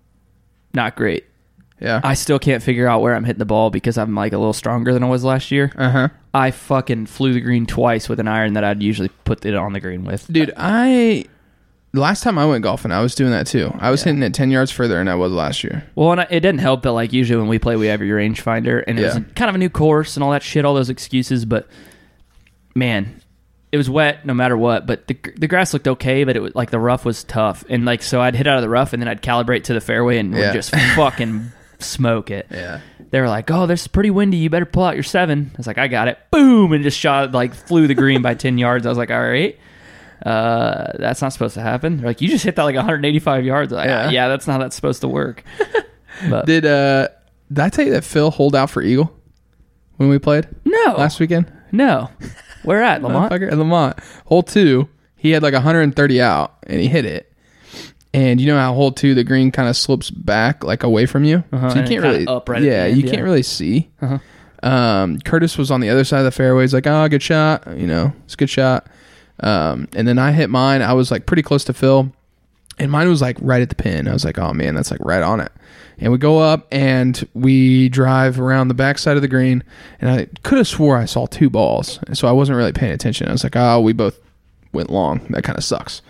S1: not great.
S2: Yeah.
S1: I still can't figure out where I'm hitting the ball because I'm like a little stronger than I was last year.
S2: uh-huh.
S1: I fucking flew the green twice with an iron that I'd usually put it on the green with.
S2: Dude, I last time I went golfing, I was doing that too. I was hitting it ten yards further than I was last year.
S1: Well, and I- it didn't help that like usually when we play, we have your rangefinder, and it was
S2: Yeah.
S1: kind of a new course and all that shit, all those excuses. But man, it was wet no matter what. But the the grass looked okay, but it was like the rough was tough, and like so I'd hit out of the rough, and then I'd calibrate to the fairway, and
S2: Yeah.
S1: would just fucking smoke it.
S2: Yeah.
S1: They were like, "Oh, this is pretty windy. You better pull out your seven. I was like, "I got it." Boom, and just shot like flew the green by ten yards. I was like, "All right." Uh, that's not supposed to happen. They're like, you just hit that like 185 yards. Like,
S2: Yeah.
S1: yeah. yeah, that's not how that's supposed to work. But
S2: Did uh did I tell you that Phil holed out for Eagle when we played
S1: No.
S2: last weekend?
S1: no. Where at, Lamont?
S2: Motherfucker, at Lamont. Hole two, he had like 130 out and he hit it. And you know how hole two, the green kind of slips back like away from you,
S1: Uh-huh,
S2: so you
S1: and it
S2: can't
S1: kinda
S2: really
S1: up right at
S2: Yeah,
S1: the end,
S2: you
S1: yeah.
S2: can't really see.
S1: Uh-huh.
S2: Um, Curtis was on the other side of the fairway. He's like, "Oh, good shot," you know, it's a good shot. Um, and then I hit mine. I was like pretty close to Phil, and mine was like right at the pin. I was like, "Oh man, that's like right on it." And we go up and we drive around the backside of the green, and I could have swore I saw two balls, so I wasn't really paying attention. I was like, "Oh, we both went long. That kind of sucks.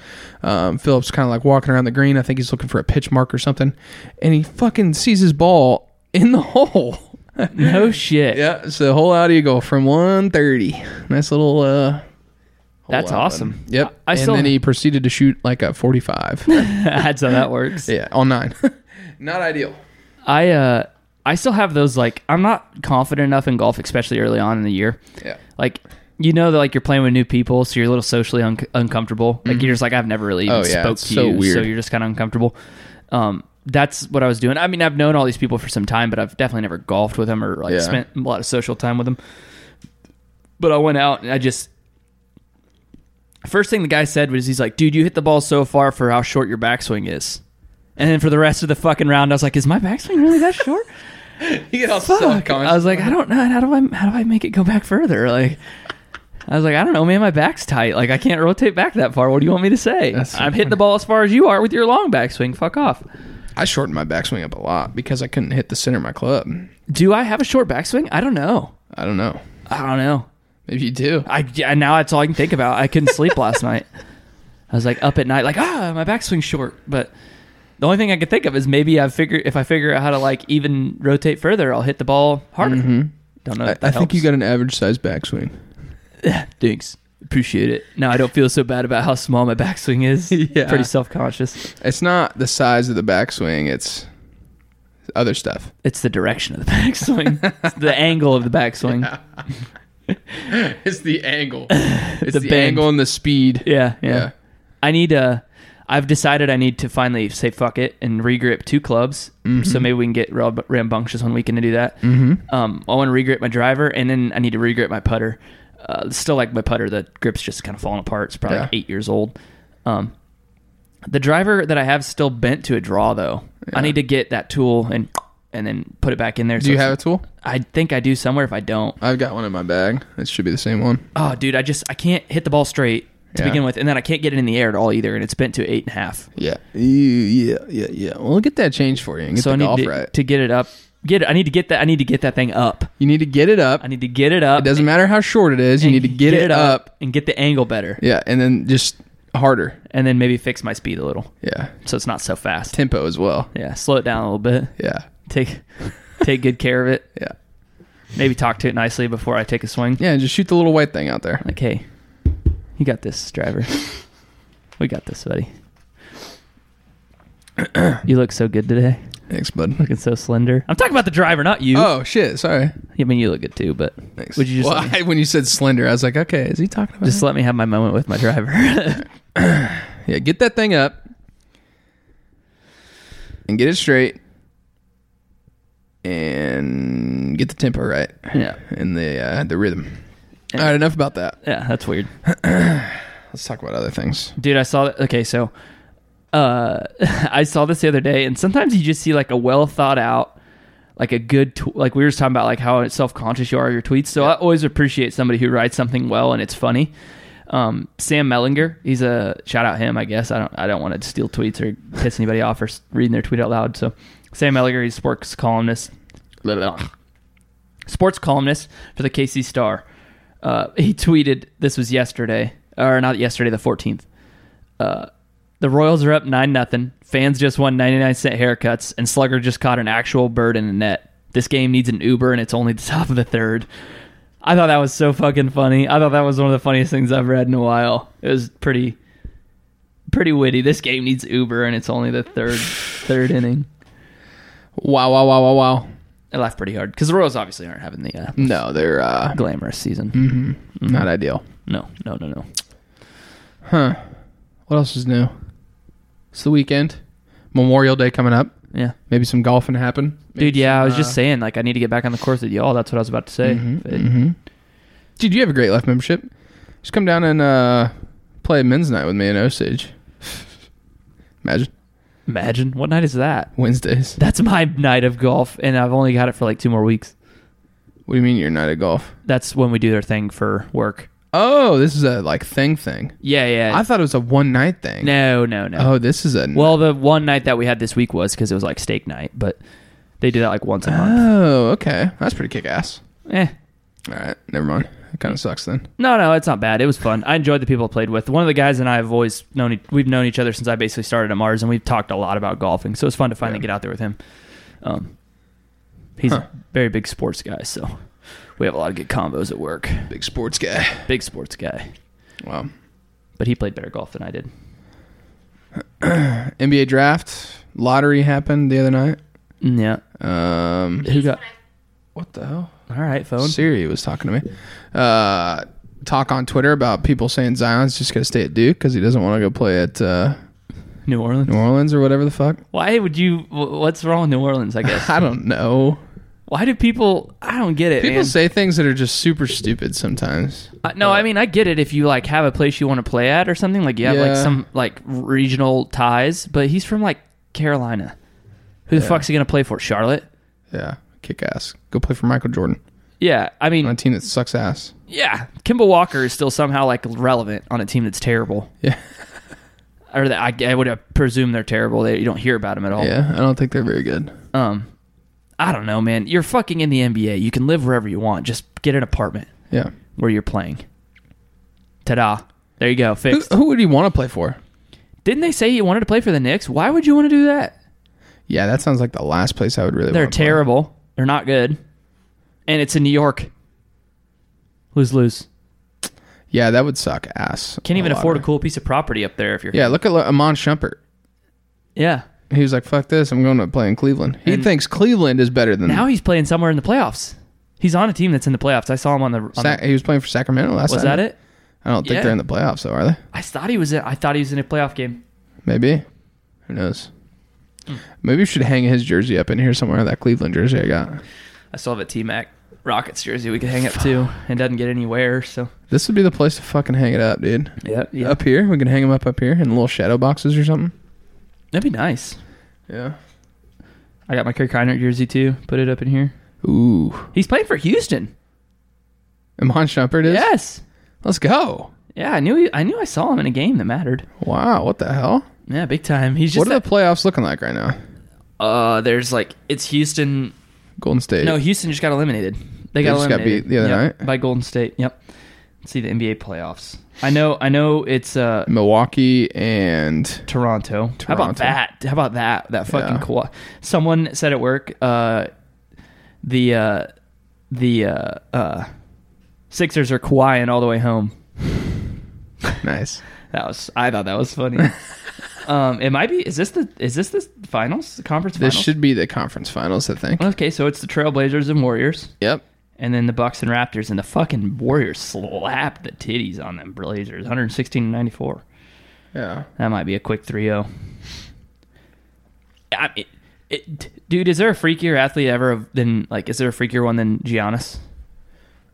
S2: Um, Phillips kind of like walking around the green. I think he's looking for a pitch mark or something, and he fucking sees his ball in the hole.
S1: No shit.
S2: yeah, so hole out eagle from 130. Nice little. uh hole
S1: That's
S2: out
S1: awesome.
S2: one. Yep.
S1: I- I
S2: and
S1: still-
S2: then he proceeded to shoot like a 45.
S1: that's how that works.
S2: yeah, on nine. Not ideal.
S1: I uh I still have those like I'm not confident enough in golf, especially early on in the year.
S2: Yeah.
S1: Like you know that like you're playing with new people, so you're a little socially un- uncomfortable. Like you're just like I've never really even
S2: Mm-hmm. Oh, yeah,
S1: spoke
S2: it's
S1: to
S2: so
S1: you, so
S2: weird.
S1: you're just kind of uncomfortable. Um, that's what I was doing. I mean, I've known all these people for some time, but I've definitely never golfed with them or like
S2: Yeah.
S1: spent a lot of social time with them. But I went out and I just first thing the guy said was he's like, "Dude, you hit the ball so far for how short your backswing is." And then for the rest of the fucking round, I was like, "Is my backswing really that short?"
S2: He get all
S1: Fuck. I was like, I don't know. How do I how do I make it go back further? Like, I was like, I don't know, man. My back's tight. Like, I can't rotate back that far. What do you want me to say?
S2: That's so
S1: I'm hitting the ball as far as you are with your long backswing. Fuck off.
S2: I shortened my backswing up a lot because I couldn't hit the center of my club.
S1: Do I have a short backswing? I don't know.
S2: I don't know.
S1: I don't know.
S2: Maybe you do.
S1: I yeah, now that's all I can think about. I couldn't sleep last night. I was like up at night, like ah, my backswing's short. But the only thing I could think of is maybe I figure if I figure out how to like even rotate further, I'll hit the ball harder. Don't know.
S2: Mm-hmm. I,
S1: if that
S2: I think
S1: helps.
S2: you got an average size backswing.
S1: Thanks. Appreciate it. Now I don't feel so bad about how small my backswing is.
S2: Yeah.
S1: Pretty self conscious.
S2: It's not the size of the backswing, it's other stuff.
S1: It's the direction of the backswing, It's the angle of the backswing. Yeah,
S2: It's the angle. It's the,
S1: bend.
S2: angle and the speed.
S1: yeah.
S2: Yeah.
S1: I need Uh, I've decided I need to finally say fuck it and regrip two clubs. Mm-hmm. So maybe we can get real rambunctious one weekend to do that. Mm-hmm. Um, I want to regrip my driver and then I need to regrip my putter. Uh, still like my putter, the grip's just kind of falling apart. It's probably
S2: Yeah.
S1: like eight years old. Um, The driver that I have still bent to a draw though. I need to get that tool and and then put it back in there.
S2: Do you have a tool?
S1: I think I do somewhere. If I don't,
S2: I've got one in my bag. It should be the same one.
S1: oh dude, I just I can't hit the ball straight to
S2: Yeah.
S1: begin with, and then I can't get it in the air at all either, and it's bent to eight and a half.
S2: Yeah. E, Yeah, yeah, yeah. Well, get that change for you and get
S1: so
S2: the
S1: I need
S2: golf
S1: to,
S2: right.
S1: to get it up. Get it. I need to get that. I need to get that thing up.
S2: you need to get it up.
S1: I need to get it up.
S2: It doesn't matter how short it is. You
S1: and
S2: need to get, it up.
S1: and get the angle better,
S2: Yeah, and then just harder.
S1: and then maybe fix my speed a little
S2: Yeah.
S1: so it's not so fast.
S2: Tempo as well.
S1: Yeah, slow it down a little bit.
S2: Yeah.
S1: Take take good care of it.
S2: Yeah.
S1: Maybe talk to it nicely before I take a swing.
S2: Yeah, just shoot the little white thing out there.
S1: Like, hey, you got this, driver. We got this, buddy. you look so good today.
S2: Thanks, bud.
S1: Looking so slender. I'm talking about the driver, not you.
S2: Oh shit, sorry.
S1: I mean, you look good too, but
S2: Thanks.
S1: would you just
S2: Well,
S1: let me,
S2: I- when you said slender, I was like, okay, is he talking about?
S1: just let me have my moment with my driver?
S2: yeah, get that thing up and get it straight and get the tempo right
S1: yeah,
S2: and the uh, the rhythm. All right, enough about that.
S1: yeah, that's weird,
S2: Let's talk about other things.
S1: dude. I saw that. Okay, so uh, I saw this the other day, and sometimes you just see like a well thought out, like a good, tw- like we were just talking about, like how self conscious you are of your tweets. So I always appreciate somebody who writes something well and it's funny. Um, Sam Mellinger, he's a shout out him, I guess. I don't, I don't want to steal tweets or piss anybody off for s- reading their tweet out loud. So Sam Mellinger, he's a sports columnist, Blah, blah, blah. sports columnist for the KC Star. Uh, he tweeted this was yesterday, or not yesterday, the fourteenth. Uh, The Royals are up nine nothing. Fans just won ninety nine cent haircuts, and Slugger just caught an actual bird in the net. This game needs an Uber, and it's only the top of the third. I thought that was so fucking funny. I thought that was one of the funniest things I've read in a while. It was pretty, pretty witty. This game needs Uber, and it's only the third, third inning.
S2: Wow, wow, wow, wow, wow.
S1: I laughed pretty hard because the Royals obviously aren't having the uh,
S2: No, they're uh, mm-hmm.
S1: glamorous season.
S2: not ideal.
S1: No, no, no, no.
S2: Huh. What else is new? It's the weekend. Memorial Day coming up.
S1: Yeah,
S2: Maybe some golfing happen.
S1: dude. Yeah, I was
S2: uh,
S1: just saying like I need to get back on the course with y'all. That's what I was about to say. It-
S2: Mm-hmm, Dude, you have a great life membership. Just come down and uh, play men's night with me in Osage. Imagine
S1: Imagine what night is that?
S2: Wednesdays.
S1: That's my night of golf, and I've only got it for like two more weeks.
S2: What do you mean you're not at golf?
S1: That's when we do their thing for work.
S2: Oh, this is a like thing thing.
S1: Yeah, yeah.
S2: I thought it was a one night thing.
S1: no, no, no.
S2: Oh, this is a
S1: Well, the one night that we had this week was because it was like steak night, but they do that like once a month.
S2: Oh, okay. That's pretty kick ass.
S1: Eh.
S2: All right, never mind. It kind of sucks then.
S1: No, no, it's not bad. It was fun. I enjoyed the people I played with. One of the guys and I have always known, e- we've known each other since I basically started at Mars, and we've talked a lot about golfing. So it's fun to finally
S2: Yeah.
S1: get out there with him. Um, he's
S2: Huh.
S1: a very big sports guy, so we have a lot of good combos at work.
S2: Big sports guy.
S1: Big sports guy.
S2: Wow.
S1: But he played better golf than I did.
S2: NBA draft lottery happened the other night.
S1: Mm, Yeah.
S2: Um,
S1: Who got?
S2: what the hell?
S1: All right, phone.
S2: Siri was talking to me. Uh, talk on Twitter about people saying Zion's just gonna stay at Duke because he doesn't want to go play at uh,
S1: New Orleans.
S2: New Orleans or whatever the fuck.
S1: Why would you? wh- What's wrong with New Orleans? I guess.
S2: I don't know.
S1: Why do people? I don't get it,
S2: People
S1: man.
S2: say things that are just super stupid sometimes.
S1: Uh, no, I mean I get it if you like have a place you want to play at or something like you have like
S2: Yeah.
S1: some like regional ties. But he's from like Carolina. Who the fuck's he gonna play for? Charlotte.
S2: Yeah, kick ass. Go play for Michael Jordan
S1: Yeah, I
S2: on a
S1: mean,
S2: team that sucks ass.
S1: yeah, Kimball Walker is still somehow like relevant on a team that's terrible.
S2: Yeah.
S1: Or that I, I would uh, presume they're terrible. They, you don't hear about them at all.
S2: Yeah, I don't think they're very good.
S1: um I don't know, man. You're fucking in the NBA. You can live wherever you want. Just get an apartment
S2: Yeah.
S1: where you're playing. Ta-da. There you go.
S2: Who,
S1: Fixed.
S2: who would he want to play for?
S1: Didn't they say you wanted to play for the Knicks? Why would you want to do that?
S2: Yeah, that sounds like the last place I would really.
S1: They're
S2: wanna play.
S1: terrible. They're not good. And it's in New York. Lose lose.
S2: Yeah, that would suck ass.
S1: Can't even
S2: lot
S1: afford a
S2: of-
S1: cool piece of property up there if you're
S2: Oh, Yeah, look at Le- Amon Shumpert.
S1: Yeah.
S2: He was like, "Fuck this! I'm going to play in Cleveland." He
S1: And-
S2: thinks Cleveland is better than
S1: Now he's playing somewhere in the playoffs. He's on a team that's in the playoffs. I saw him on the, on the-
S2: Sa- he was playing for Sacramento last
S1: Was
S2: time.
S1: that it?
S2: I don't think
S1: Yeah.
S2: they're in the playoffs, though, are they?
S1: I thought he was in, I thought he was in a playoff game.
S2: Maybe. Who knows?
S1: Hmm.
S2: Maybe we should hang his jersey up in here somewhere. That Cleveland jersey I got.
S1: I still have a T Mac Rockets jersey we could hang up too, and doesn't get any wear. So
S2: This would be the place to fucking hang it up, dude.
S1: yeah, yeah,
S2: Up here, we can hang them up up here in little shadow boxes or something.
S1: that'd be nice.
S2: Yeah.
S1: I got my Kirk Heinrich jersey too. Put it up in here.
S2: Ooh.
S1: He's playing for Houston.
S2: Amon Shumpert is.
S1: Yes.
S2: Let's go.
S1: Yeah, I knew. He, I knew I saw him in a game that mattered.
S2: Wow. What the hell?
S1: Yeah, big time. He's just.
S2: what are the playoffs looking like right now?
S1: the, uh, there's like it's Houston.
S2: Golden State.
S1: No, Houston just got eliminated. They, got
S2: just got
S1: eliminated
S2: beat the other
S1: Yep,
S2: night.
S1: by Golden State. Yep. Let's see the NBA playoffs. I know. I know it's uh
S2: Milwaukee and
S1: Toronto. How about
S2: Toronto.
S1: that? How about that? That fucking
S2: Yeah.
S1: Kawhi. Someone said at work, uh, the uh, the uh, uh, Sixers are Kawhiing all the way home.
S2: nice.
S1: That was I thought that was funny. um, it might be. Is this the is this the finals? The conference
S2: This
S1: finals.
S2: should be the conference finals, I think.
S1: okay, so it's the Trailblazers and Warriors,
S2: Yep.
S1: and then the Bucks and Raptors, and the fucking Warriors slapped the titties on them Blazers, 116 to 94.
S2: Yeah.
S1: That might be a quick 3 0. I mean, it, dude, is there a freakier athlete ever than, like, is there a freakier one than Giannis?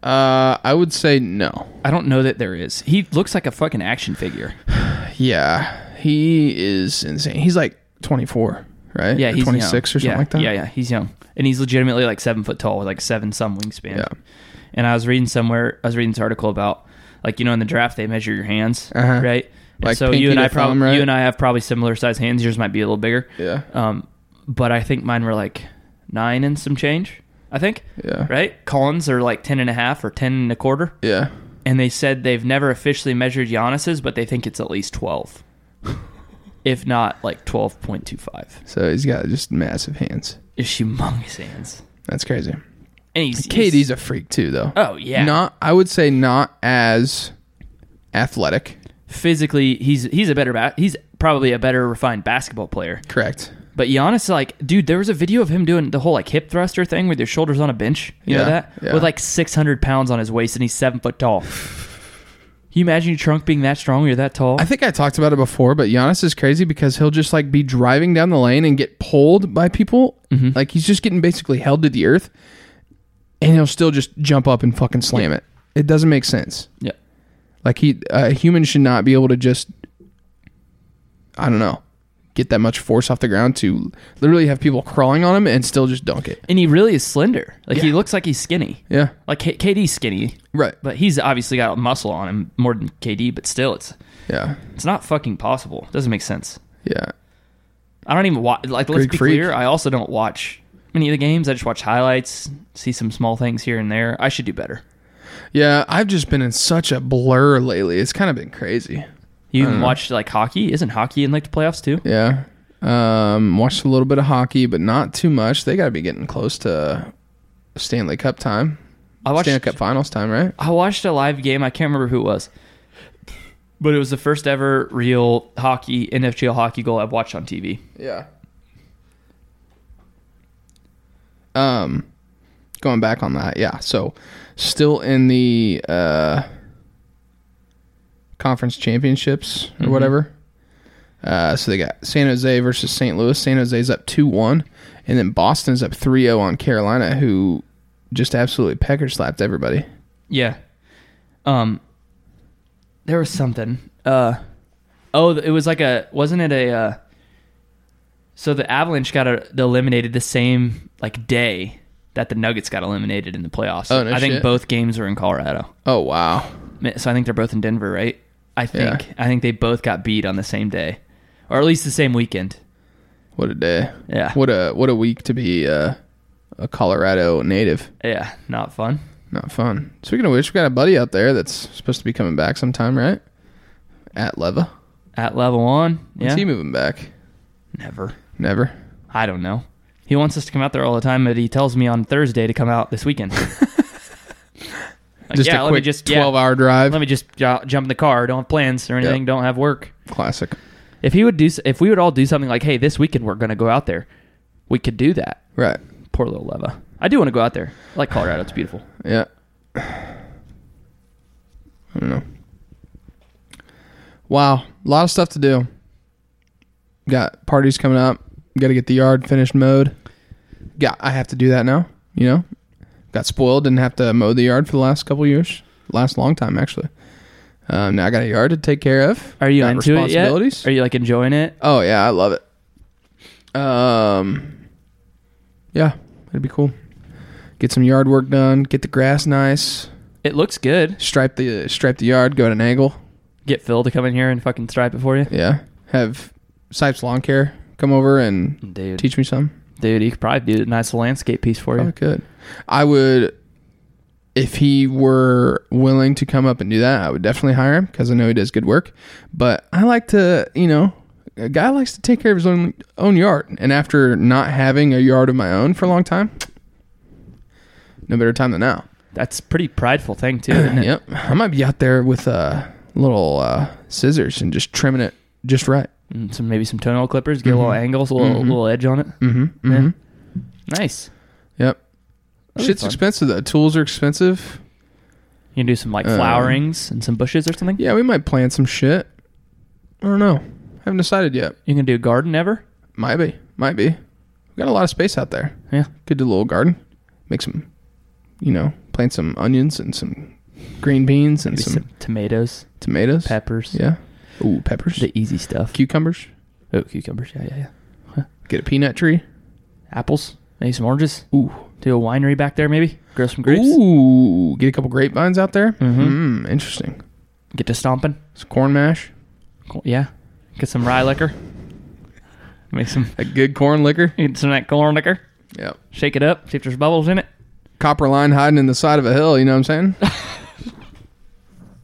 S2: Uh, I would say no.
S1: I don't know that there is. He looks like a fucking action figure.
S2: Yeah, he is insane. He's like 24, right?
S1: Yeah,
S2: Or
S1: he's
S2: 26 or
S1: young.
S2: something
S1: yeah,
S2: like that.
S1: Yeah, yeah, he's young, and he's legitimately like seven foot tall with like seven some wingspan.
S2: Yeah.
S1: And I was reading somewhere, I was reading this article about like you know in the draft they measure your hands,
S2: Uh-huh.
S1: right? And
S2: Like
S1: so
S2: pinky
S1: you and
S2: to
S1: I probably
S2: thumb, right?
S1: you and I have probably similar size hands. Yours might be a little bigger.
S2: Yeah.
S1: Um, but I think mine were like nine and some change. I think.
S2: Yeah.
S1: Right. Collins are like ten and a half or ten and a quarter,
S2: Yeah.
S1: and they said they've never officially measured Giannis's, but they think it's at least twelve. if not like 12.25.
S2: So he's got just massive hands.
S1: It's humongous hands.
S2: That's crazy.
S1: And he's
S2: Katie's a freak too, though.
S1: oh yeah,
S2: Not, I would say not as athletic.
S1: physically he's he's a better ba- he's probably a better refined basketball player.
S2: Correct.
S1: But Giannis, like, dude, there was a video of him doing the whole like hip thruster thing with your shoulders on a bench. You know
S2: Yeah,
S1: that
S2: yeah.
S1: with like six hundred pounds on his waist, and he's seven foot tall. Can you imagine your trunk being that strong? You're that tall.
S2: I think I talked about it before, but Giannis is crazy because he'll just like be driving down the lane and get pulled by people. Like he's just getting basically held to the earth, and he'll still just jump up and fucking slam it. It doesn't make sense.
S1: yeah,
S2: Like he, a human should not be able to just, I don't know, get that much force off the ground to literally have people crawling on him and still just dunk it.
S1: and he really is slender. Like he looks like he's skinny.
S2: Yeah,
S1: Like K- KD's skinny,
S2: right.
S1: but he's obviously got muscle on him more than KD. But still, it's
S2: Yeah,
S1: it's not fucking possible. doesn't make sense.
S2: yeah.
S1: I don't even watch. Like, let's
S2: Greek
S1: be
S2: freak.
S1: clear. I also don't watch many of the games. I just watch highlights, see some small things here and there. I should do better.
S2: Yeah, I've just been in such a blur lately. It's kind of been crazy.
S1: You
S2: Uh-huh.
S1: even watch like hockey? Isn't hockey in like the playoffs too?
S2: Yeah. Um, watched a little bit of hockey, but not too much. They got to be getting close to Stanley Cup time.
S1: I watched.
S2: Stanley Cup Finals time, right?
S1: I watched a live game. I can't remember who it was, but it was the first ever real hockey NHL hockey goal I've watched on TV.
S2: Yeah. Um, going back on that, yeah. So, still in the uh, conference championships or whatever. Uh, so they got San Jose versus St. Louis. San Jose's up two one, and then Boston's up 3-0 on Carolina, who just absolutely pecker slapped everybody.
S1: Yeah. Um. There was something. Uh. Oh, it was like a. Wasn't it a? Uh, so the Avalanche got uh eliminated the same like day that the Nuggets got eliminated in the playoffs.
S2: Oh, no
S1: I think
S2: shit.
S1: both games were in Colorado.
S2: Oh wow,
S1: Mi- So I think they're both in Denver, right? I think. I think they both got beat on the same day, or at least the same weekend.
S2: what a day!
S1: Yeah.
S2: What a what a week to be uh, a Colorado native.
S1: Yeah. Not fun.
S2: Not fun. Speaking of which, we got a buddy out there that's supposed to be coming back sometime, right? At Leva.
S1: At level one.
S2: When's
S1: Yeah.
S2: he moving back?
S1: Never.
S2: Never.
S1: I don't know. He wants us to come out there all the time, but he tells me on Thursday to come out this weekend. Like,
S2: just
S1: Uh, yeah,
S2: a
S1: let me
S2: quick
S1: just
S2: twelve
S1: yeah,
S2: hour drive.
S1: Let me just jo- jump in the car. Don't have plans or anything.
S2: Yep.
S1: Don't have work.
S2: Classic.
S1: If he would do, s- if we would all do something like, hey, this weekend we're going to go out there, we could do that.
S2: Right.
S1: Poor little Leva. I do want to go out there. I like Colorado. It's beautiful.
S2: Yeah. I don't know. Wow. A lot of stuff to do. Got parties coming up. Gotta get the yard finished mowed. Got I have to do that now, you know? Got spoiled, didn't have to mow the yard for the last couple years. Last long time actually. Um, now I got a yard to take care of.
S1: Are you
S2: got
S1: into it yet?
S2: responsibilities.
S1: Are you like enjoying it?
S2: Oh yeah, I love it. Um, yeah, it'd be cool. Get some yard work done. Get the grass nice.
S1: It looks good.
S2: Stripe the stripe the yard. Go at an angle.
S1: Get Phil to come in here and fucking stripe it for you,
S2: Yeah. Have Sipes Lawn Care come over and
S1: dude.
S2: teach me some.
S1: Dude, he could probably do a nice landscape piece for you.
S2: Probably could. Oh, I would, if he were willing to come up and do that, I would definitely hire him because I know he does good work. But I like to, you know, a guy likes to take care of his own own yard. And after not having a yard of my own for a long time, no better time than now.
S1: That's a pretty prideful thing too. Isn't it?
S2: Yep, I might be out there with uh, little uh, scissors and just trimming it just right.
S1: And Mm, some maybe some toenail clippers, get a little angles, a little, little edge on it.
S2: Mm-hmm.
S1: Yeah.
S2: mm-hmm.
S1: Nice.
S2: Yep.
S1: That'd be
S2: Shit's
S1: fun.
S2: expensive though. Tools are expensive.
S1: You can do some like
S2: Um,
S1: flowerings and some bushes or something.
S2: Yeah, we might plan some shit. I don't know. Haven't decided yet.
S1: You can do a garden ever.
S2: Might be. Might be. We got a lot of space out there.
S1: Yeah.
S2: Could do a little garden. Make some, you know, plant some onions and some green beans and
S1: Maybe
S2: some,
S1: some, tomatoes,
S2: tomatoes.
S1: peppers.
S2: Yeah. Ooh, peppers.
S1: The e- easy stuff.
S2: Cucumbers.
S1: oh, cucumbers. Yeah, yeah, yeah.
S2: Get a peanut tree.
S1: Apples. Maybe some oranges.
S2: Ooh.
S1: Do a winery back there. Maybe grow some grapes.
S2: Ooh. Get a couple grapevines out there.
S1: Mhm.
S2: Mm, interesting.
S1: Get to stomping.
S2: Some corn mash.
S1: Cool. Yeah. Get some rye liquor. Make some
S2: A good corn liquor.
S1: get some of that corn liquor.
S2: Yep.
S1: Shake it up. See if there's bubbles in it.
S2: Copper line hiding in the side of a hill. You know what I'm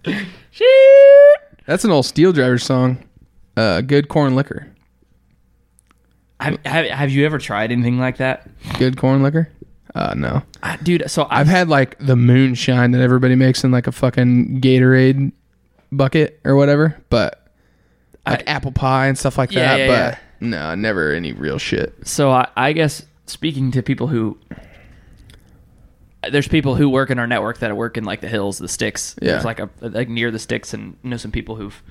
S2: saying?
S1: Shit.
S2: That's an old steel driver song. Uh, good corn liquor.
S1: Have, have, have you ever tried anything like that,
S2: Good corn liquor? Uh, no.
S1: I, dude? So
S2: I've had like the moonshine that everybody makes in like a fucking Gatorade bucket or whatever, but like
S1: I-
S2: apple pie and stuff like
S1: Yeah,
S2: that.
S1: yeah,
S2: but no, never any real shit.
S1: so I, I guess speaking to people who there's people who work in our network that work in like the hills, the sticks.
S2: Yeah.
S1: There's like a like near the sticks, and know some people who've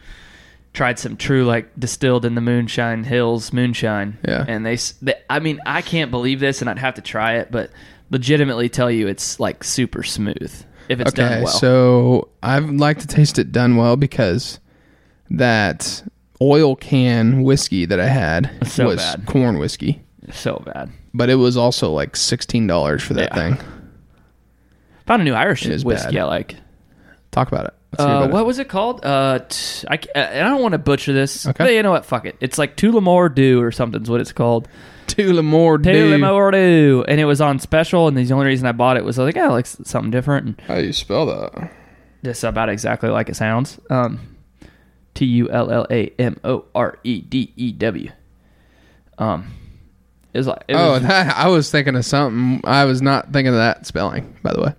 S1: tried some true like distilled in the moonshine hills moonshine.
S2: Yeah.
S1: And they, s- they, I mean, I can't believe this, and I'd have to try it, but legitimately tell you it's like super smooth if it's done well.
S2: so I'd like to taste it done well because that oil can whiskey that I had
S1: So
S2: was
S1: bad.
S2: corn whiskey,
S1: so bad.
S2: but it was also like sixteen dollars for that
S1: Yeah.
S2: thing.
S1: Found a new Irish
S2: It is
S1: whiskey
S2: bad.
S1: I like.
S2: Talk about it. Let's hear
S1: Uh,
S2: about
S1: what
S2: it.
S1: was it called? Uh, t- I, ca- and I don't want to butcher this.
S2: Okay.
S1: But you know what? Fuck it. It's like Tullamore Dew or something's what it's called.
S2: Tullamore Dew.
S1: Tullamore Dew, and it was on special. And the only reason I bought it was I was like, yeah, I like s- something different. And
S2: How do you spell that?
S1: this about exactly like it sounds. Um, T U L L A M O R E D E W. Um, it was like it
S2: oh,
S1: was,
S2: that, I was thinking of something. I was not thinking of that spelling, by the way.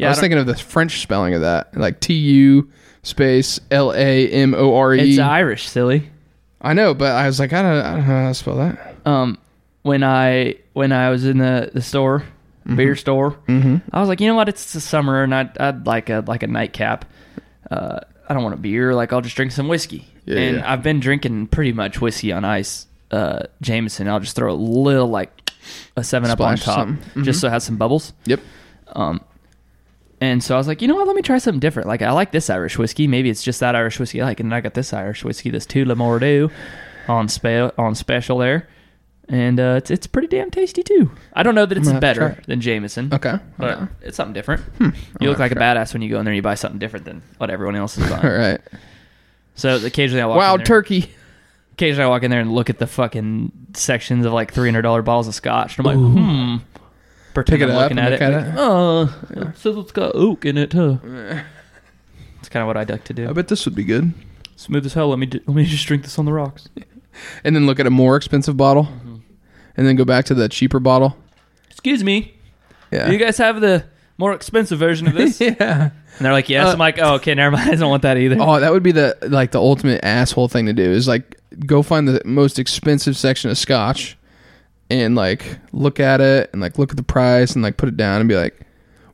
S2: I
S1: yeah,
S2: was
S1: I don't-
S2: thinking of the French spelling of that, like T U space L A M O R E.
S1: it's Irish, silly.
S2: I know, but I was like, I don't, I don't know how to spell that.
S1: um, when I when I was in the, the store,
S2: Mm-hmm.
S1: beer store, I was like, you know what? It's the summer, and I'd, I'd like a like a nightcap. Uh, I don't want a beer. Like I'll just drink some whiskey.
S2: Yeah,
S1: and
S2: yeah.
S1: I've been drinking pretty much whiskey on ice, uh, Jameson. I'll just throw a little like a seven up on
S2: Splash or
S1: top,
S2: something. Mm-hmm.
S1: just so it has some bubbles.
S2: Yep.
S1: Um, and so I was like, you know what? Let me try something different. Like I like this Irish whiskey. Maybe it's just that Irish whiskey I like, and I got this Irish whiskey, this Tullamore Dew, on spe- on special there, and uh, it's it's pretty damn tasty too. I don't know that it's
S2: gonna have to
S1: better
S2: try it.
S1: than Jameson.
S2: Okay.
S1: But
S2: Okay. Hmm.
S1: it's something different. You look like a badass when you go in there and you buy something different than what everyone else is
S2: All
S1: buying.
S2: right.
S1: So occasionally I walk in
S2: Wild
S1: there-
S2: turkey.
S1: Occasionally I walk in there and look at the fucking sections of like three hundred dollar bottles of scotch, and I'm like, hmm. Pretend
S2: Pick it
S1: I'm
S2: up
S1: looking
S2: and
S1: at
S2: look
S1: it.
S2: at
S1: like,
S2: it.
S1: Oh, it says it's got oak in it. Huh? It's kind of what I like to do.
S2: I bet this would be good.
S1: Smooth as hell. Let me d- let me just drink this on the rocks.
S2: And then look at a more expensive bottle, and then go back to the cheaper bottle.
S1: Mm-hmm. Excuse me.
S2: Yeah.
S1: Do you guys have the more expensive version of this? and
S2: yeah.
S1: they're like, yes.
S2: Uh,
S1: I'm like, oh, okay, never mind. I don't want that either.
S2: Oh, that would be the like the ultimate asshole thing to do is like go find the most expensive section of scotch and like look at it and like look at the price and like put it down and be like,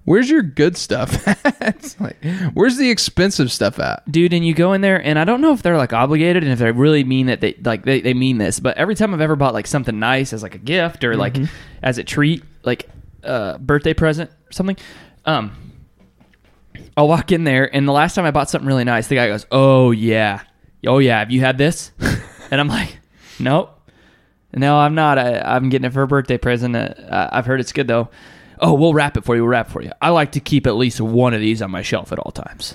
S2: "Where's your good stuff?" at? like, "Where's the expensive stuff at?"
S1: dude and you go in there and i don't know if they're like obligated and if they really mean that they like they, they mean this but every time i've ever bought like something nice as like a gift or like as a treat like uh birthday present or something um i'll walk in there and the last time i bought something really nice the guy goes oh yeah oh yeah have you had this and i'm like nope no i'm not I, i'm getting it for a birthday present uh, uh, i've heard it's good though oh we'll wrap it for you we'll wrap it for you i like to keep at least one of these on my shelf at all times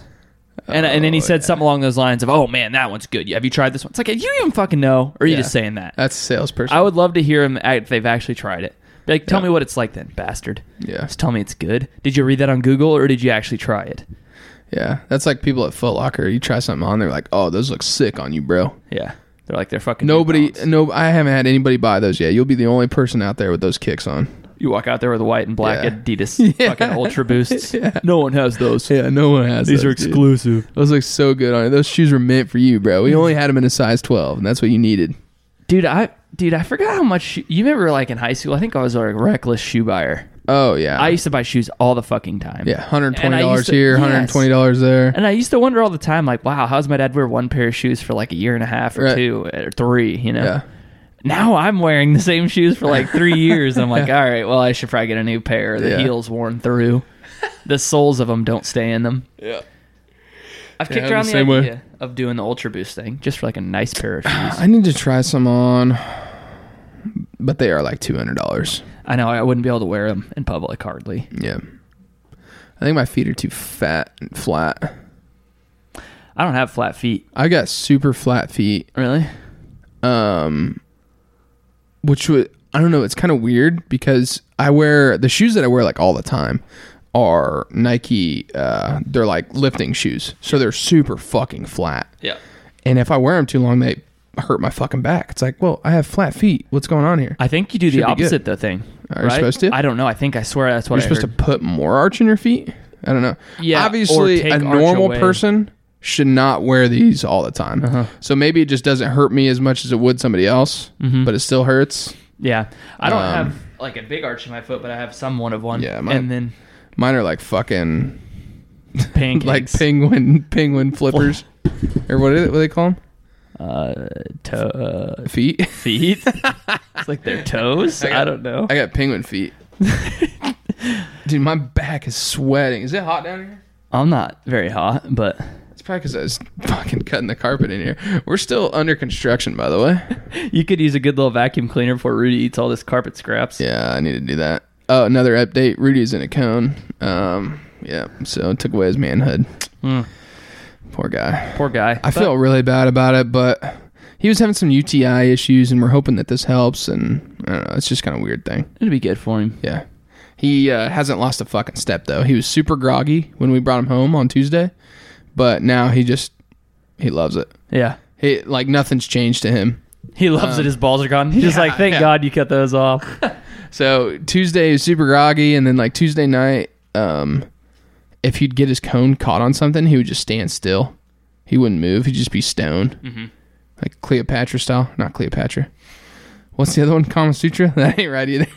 S1: and, and then he
S2: Oh,
S1: said something along those lines of, "Oh man, that one's good. Have you tried this one?" It's like, you even fucking know, or are you
S2: Yeah.
S1: just saying that?
S2: That's a salesperson.
S1: I would love to hear him act- if they've actually tried it. Be like, tell
S2: Yeah.
S1: me what it's like, then, bastard.
S2: Yeah.
S1: Just tell me it's good. Did you read that on Google, or did you actually try it?
S2: yeah, that's like people at Foot Locker. You try something on, they're like, "Oh, those look sick on you, bro."
S1: Yeah, they're like they're fucking. New
S2: Nobody,
S1: Balance.
S2: no, I haven't had anybody buy those yet. You'll be the only person out there with those kicks on.
S1: You walk out there with a white and black
S2: Yeah.
S1: Adidas
S2: Yeah.
S1: fucking Ultra Boosts. No one has those.
S2: Yeah, no one has.
S1: These are
S2: those, dude.
S1: exclusive.
S2: Those look so good on it. Those shoes were meant for you, bro.
S1: Mm.
S2: We only had them in a size 12, and that's what you needed.
S1: Dude, I dude, I forgot how much you remember. Like in high school, I think I was a reckless shoe buyer.
S2: Oh, yeah.
S1: I used to buy shoes all the fucking time.
S2: yeah,
S1: And I
S2: $120
S1: used to-
S2: here,
S1: yes.
S2: $120 there.
S1: And I used to wonder all the time, like, wow, how's my dad wear one pair of shoes for like a year and a half or
S2: Right.
S1: two or three? You know.
S2: Yeah.
S1: Now I'm wearing the same shoes for like three years. And I'm like, all right, well, I should probably get a new pair. The
S2: Yeah.
S1: heels worn through, the soles of them don't stay in them.
S2: Yeah.
S1: I've
S2: Yeah,
S1: kicked
S2: I'm
S1: around
S2: the
S1: the,
S2: same way.
S1: idea of doing the Ultra Boost thing just for like a nice pair of shoes.
S2: I need to try some on, but they are like $200.
S1: I know I wouldn't be able to wear them in public hardly.
S2: Yeah. I think my feet are too fat and flat.
S1: I don't have flat feet.
S2: I got super flat feet.
S1: Really?
S2: um which would i don't know it's kind of weird because i wear the shoes that i wear like all the time are nike uh they're like lifting shoes so they're super fucking flat
S1: Yeah.
S2: and if i wear them too long they hurt my fucking back. It's like, well, I have flat feet. What's going on here?
S1: I think you do
S2: Should
S1: the
S2: be good.
S1: opposite though thing.
S2: Are you
S1: right?
S2: supposed to?
S1: I don't know. I think I swear that's what
S2: You're
S1: I
S2: supposed
S1: heard.
S2: to put more arch in your feet. I don't know.
S1: Yeah, or
S2: obviously,
S1: take arch
S2: a normal
S1: away. Uh-huh.
S2: person should not wear these all the time. So maybe it just doesn't hurt me as much as it would somebody else,
S1: Mm-hmm.
S2: but it still hurts.
S1: Yeah, I don't
S2: Um,
S1: have like a big arch in my foot, but I have somewhat of one.
S2: Yeah, mine-
S1: and then
S2: Mine are like fucking
S1: pancakes.
S2: like penguin penguin flippers, or what do they, what do they call them?
S1: uh, to- uh,
S2: Feet.
S1: feet. it's like their toes. I, don't know.
S2: I got penguin feet. Dude, my back is sweating. Is it hot down here?
S1: I'm not very hot, but
S2: It's probably because I was fucking cutting the carpet in here. We're still under construction, by the way.
S1: you could use a good little vacuum cleaner before Rudy eats all this carpet scraps.
S2: Yeah, I need to do that. Oh, another update. Rudy's in a cone. Um, yeah, so took away his manhood.
S1: Mm,
S2: Poor guy.
S1: poor guy.
S2: I feel really bad about it, but he was having some UTI issues, and we're hoping that this helps. And I don't know, it's just kind of a weird thing.
S1: it'd be good for him.
S2: Yeah. He uh, hasn't lost a fucking step though. He was super groggy when we brought him home on Tuesday, but now he just he loves it.
S1: Yeah,
S2: He like nothing's changed to him.
S1: he loves
S2: Um,
S1: that his balls are gone. He's just like, thank God you cut those off.
S2: So Tuesday was super groggy, and then like Tuesday night, um, if he'd get his cone caught on something, he would just stand still. He wouldn't move. He'd just be stoned,
S1: Mm-hmm.
S2: like Cleopatra style. Not Cleopatra. What's the other one? Kama Sutra. That ain't right either.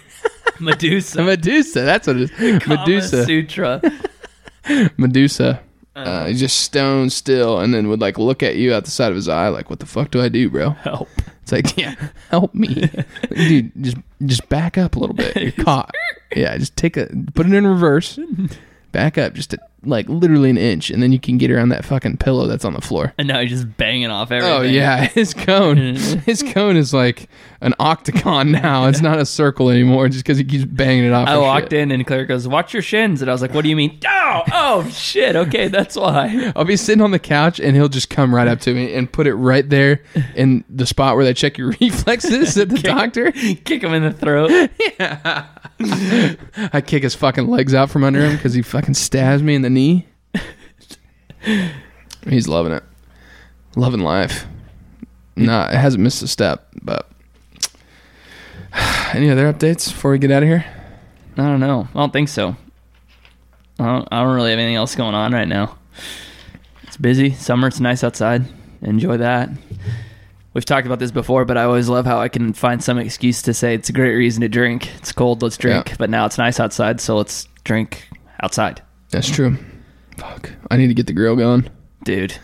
S1: Medusa,
S2: Medusa. That's what it is.
S1: Kama
S2: Medusa.
S1: Sutra. Uh-huh.
S2: Medusa. Uh, he's just stone still, and then would like look at you out the side of his eye, like, "What the fuck do I do, bro?"
S1: Help.
S2: It's like, yeah, help me, dude. Just just back up a little bit. You're caught. Yeah, just take a put it in reverse, back up just to, like literally an inch, and then you can get around that fucking pillow that's on the floor.
S1: And now he's just banging off everything.
S2: Oh yeah, his cone, his cone is like an octagon now. It's not a circle anymore, just because he keeps banging it off.
S1: I walked in and Claire goes, "Watch your shins," and I was like, "What do you mean?" Oh, oh shit. Okay, that's why.
S2: I'll be sitting on the couch and he'll just come right up to me and put it right there in the spot where they check your reflexes at the doctor.
S1: Kick him in the throat.
S2: I kick his fucking legs out from under him because he fucking stabs me in the knee. He's loving it, loving life. Nah, it hasn't missed a step. But any other updates before we get out of here?
S1: I don't know. I don't think so. I don't, I don't really have anything else going on right now. It's busy. Summer. It's nice outside. Enjoy that. We've talked about this before, but I always love how I can find some excuse to say it's a great reason to drink. It's cold. Let's drink.
S2: Yeah.
S1: But now it's nice outside, so let's drink outside,
S2: That's true. Fuck, I need to get the grill going.
S1: dude.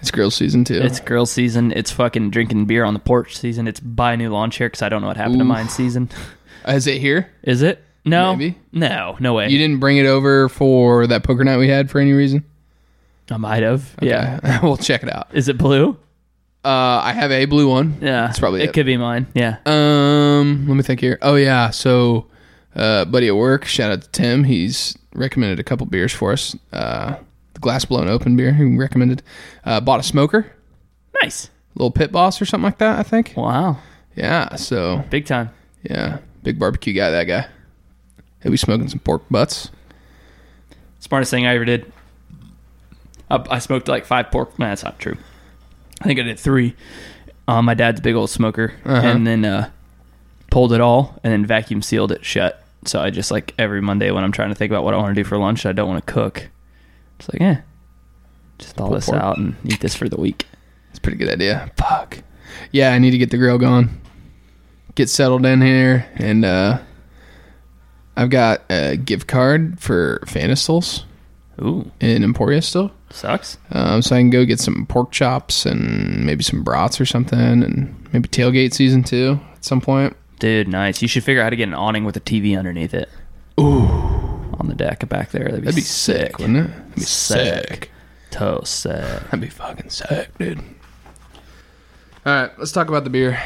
S2: It's grill season too.
S1: It's girl season. It's fucking drinking beer on the porch season. It's buy a new lawn chair because I don't know what happened to
S2: Ooh.
S1: mine season.
S2: Is it here?
S1: Is it? No.
S2: Maybe.
S1: No. No way.
S2: You didn't bring it over for that poker night we had for any reason?
S1: I might have. Yeah.
S2: Okay. we'll check it out.
S1: Is it blue?
S2: Uh, I have a blue one.
S1: Yeah.
S2: That's probably it.
S1: could be mine. Yeah.
S2: Um, let me think here. Oh yeah, so uh, buddy at work, shout out to Tim. He's recommended a couple beers for us. Uh, the glass blown open beer he recommended. Uh, bought a smoker,
S1: Nice.
S2: little pit boss or something like that. I think.
S1: Wow.
S2: Yeah. So
S1: Big time.
S2: yeah, big barbecue guy. That guy. He'll be smoking some pork butts.
S1: Smartest thing I ever did. I, I smoked like five pork. Nah, that's not true. I think I did three. Um, my dad's a big old smoker,
S2: Uh-huh.
S1: and then uh, pulled it all, and then vacuum sealed it shut. So I just like every Monday when I'm trying to think about what I want to do for lunch, I don't want to cook. It's like, eh, just thaw
S2: Pulled
S1: this
S2: pork.
S1: out and eat this for the week.
S2: It's a pretty good idea. Fuck. Yeah, I need to get the grill going. Get settled in here, and uh, I've got a gift card for Fanistols
S1: Ooh,
S2: in Emporia still.
S1: sucks.
S2: Um, so I can go get some pork chops and maybe some brats or something, and maybe tailgate season two at some point.
S1: Dude, nice. You should figure out how to get an awning with a TV underneath it. Ooh. On the deck back there. That'd be,
S2: That'd be
S1: sick.
S2: sick, wouldn't it? That'd be
S1: Sick.
S2: sick.
S1: Toast sick.
S2: That'd be fucking sick, dude. All right, let's talk about the beer.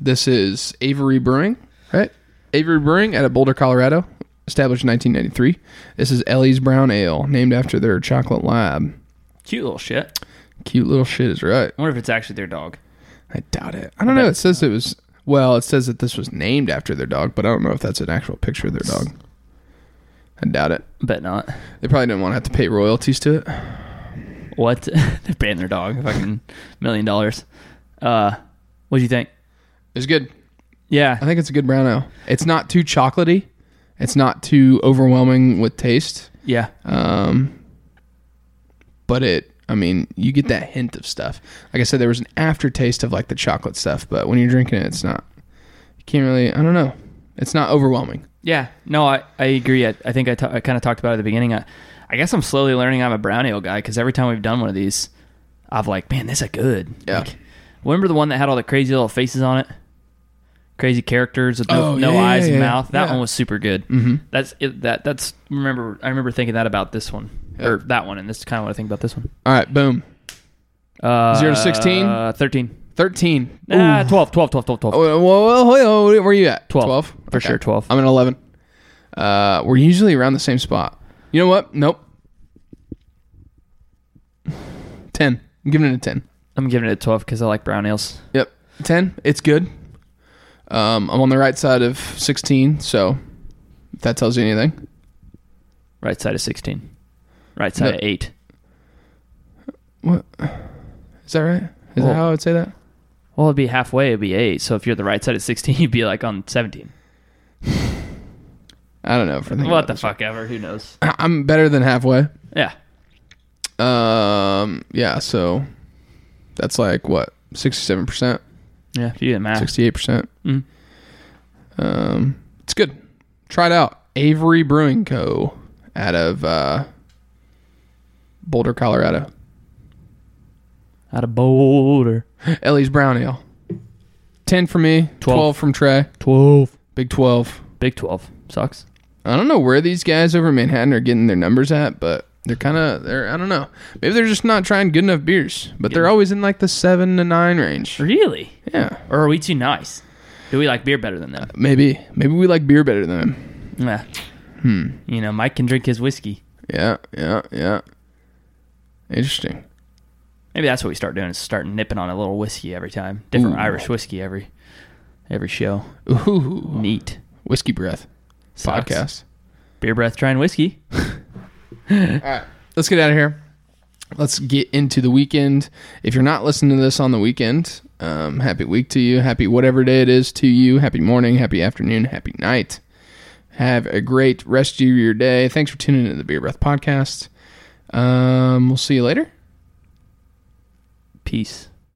S2: This is Avery Brewing, right? Avery Brewing out of Boulder, Colorado, established in 1993. This is Ellie's Brown Ale, named after their chocolate lab.
S1: Cute little shit.
S2: Cute little shit is right.
S1: I wonder if it's actually their dog.
S2: I doubt it. I don't know. It says it was. Well, it says that this was named after their dog, but I don't know if that's an actual picture of their dog. I doubt it.
S1: Bet not.
S2: They probably didn't want to have to pay royalties to it.
S1: What? they banned their dog. Fucking million dollars. Uh, What do you think?
S2: It's good.
S1: Yeah,
S2: I think it's a good brown ale. It's not too chocolatey. It's not too overwhelming with taste.
S1: yeah,
S2: Um, but it, I mean, you get that hint of stuff. Like I said, there was an aftertaste of like the chocolate stuff, but when you're drinking it, it's not. You can't really. I don't know. It's not overwhelming.
S1: yeah. No, I, I agree. I, I think I, ta- I kind of talked about it at the beginning. I, I guess I'm slowly learning I'm a brown ale guy because every time we've done one of these, I've like, man, this is good.
S2: Yeah.
S1: Like, remember the one that had all the crazy little faces on it, crazy characters with no,
S2: Oh,
S1: no
S2: yeah, yeah,
S1: eyes
S2: yeah.
S1: and mouth. That
S2: Yeah. Mm-hmm.
S1: one was super good. That's it, that. That's remember. I remember thinking that about this one or that one, and this is kind of what I think about this one.
S2: All right, boom.
S1: Uh,
S2: Zero to 16?
S1: Uh, Thirteen.
S2: Thirteen.
S1: Ah,
S2: Ooh.
S1: 12, 12, 12, 12, 12.
S2: Whoa, whoa, whoa, whoa, whoa, where you at?
S1: 12. For sure, 12.
S2: I'm at 11. Uh, we're usually around the same spot. You know what? Nope. 10. I'm giving it a 10.
S1: I'm giving it a 12 because I like brown ales.
S2: Yep. 10. It's good. Um, I'm on the right side of 16, so if that tells you anything.
S1: Right side of 16. Right side
S2: No.
S1: of 8.
S2: What? Is that right? Is
S1: Well-
S2: that how I would say that?
S1: Well, it'd be halfway, it'd be 8. So if you're the right side of 16, you'd be like on 17.
S2: I don't know. For
S1: What the fuck ever? Who knows?
S2: I'm better than halfway.
S1: Yeah.
S2: Um, yeah, so that's like what? 67%?
S1: Yeah, if you did math.
S2: Sixty-eight percent.
S1: Mm.
S2: Um, it's good. Try it out. Avery Brewing Co. out of uh, Boulder, Colorado.
S1: Out of Boulder.
S2: Ellie's Brown Ale. Ten for me.
S1: Twelve.
S2: Twelve, from Trey.
S1: 12.
S2: Big twelve.
S1: Big 12. Sucks.
S2: I don't know where these guys over in Manhattan are getting their numbers at, but they're kind of they're I don't know. Maybe they're just not trying good enough beers, but they're
S1: Yeah.
S2: always in like the seven to nine range.
S1: Really?
S2: Yeah,
S1: Or are we too nice? Do we like beer better than them?
S2: maybe maybe we like beer better than them.
S1: Yeah. Hmm. You know, Mike can drink his whiskey.
S2: Yeah, yeah, yeah. Interesting.
S1: Maybe that's what we start doing is start nipping on a little whiskey every time. Different
S2: Ooh.
S1: Irish whiskey every every show.
S2: Ooh.
S1: Neat.
S2: Whiskey Breath
S1: Sucks.
S2: podcast.
S1: Beer breath trying whiskey.
S2: Let's get out of here. Let's get into the weekend. If you're not listening to this on the weekend, um, happy week to you. Happy whatever day it is to you. Happy morning, happy afternoon, happy night. Have a great rest of your day. Thanks for tuning into the Beer Breath podcast. Um, we'll see you later.
S1: Peace.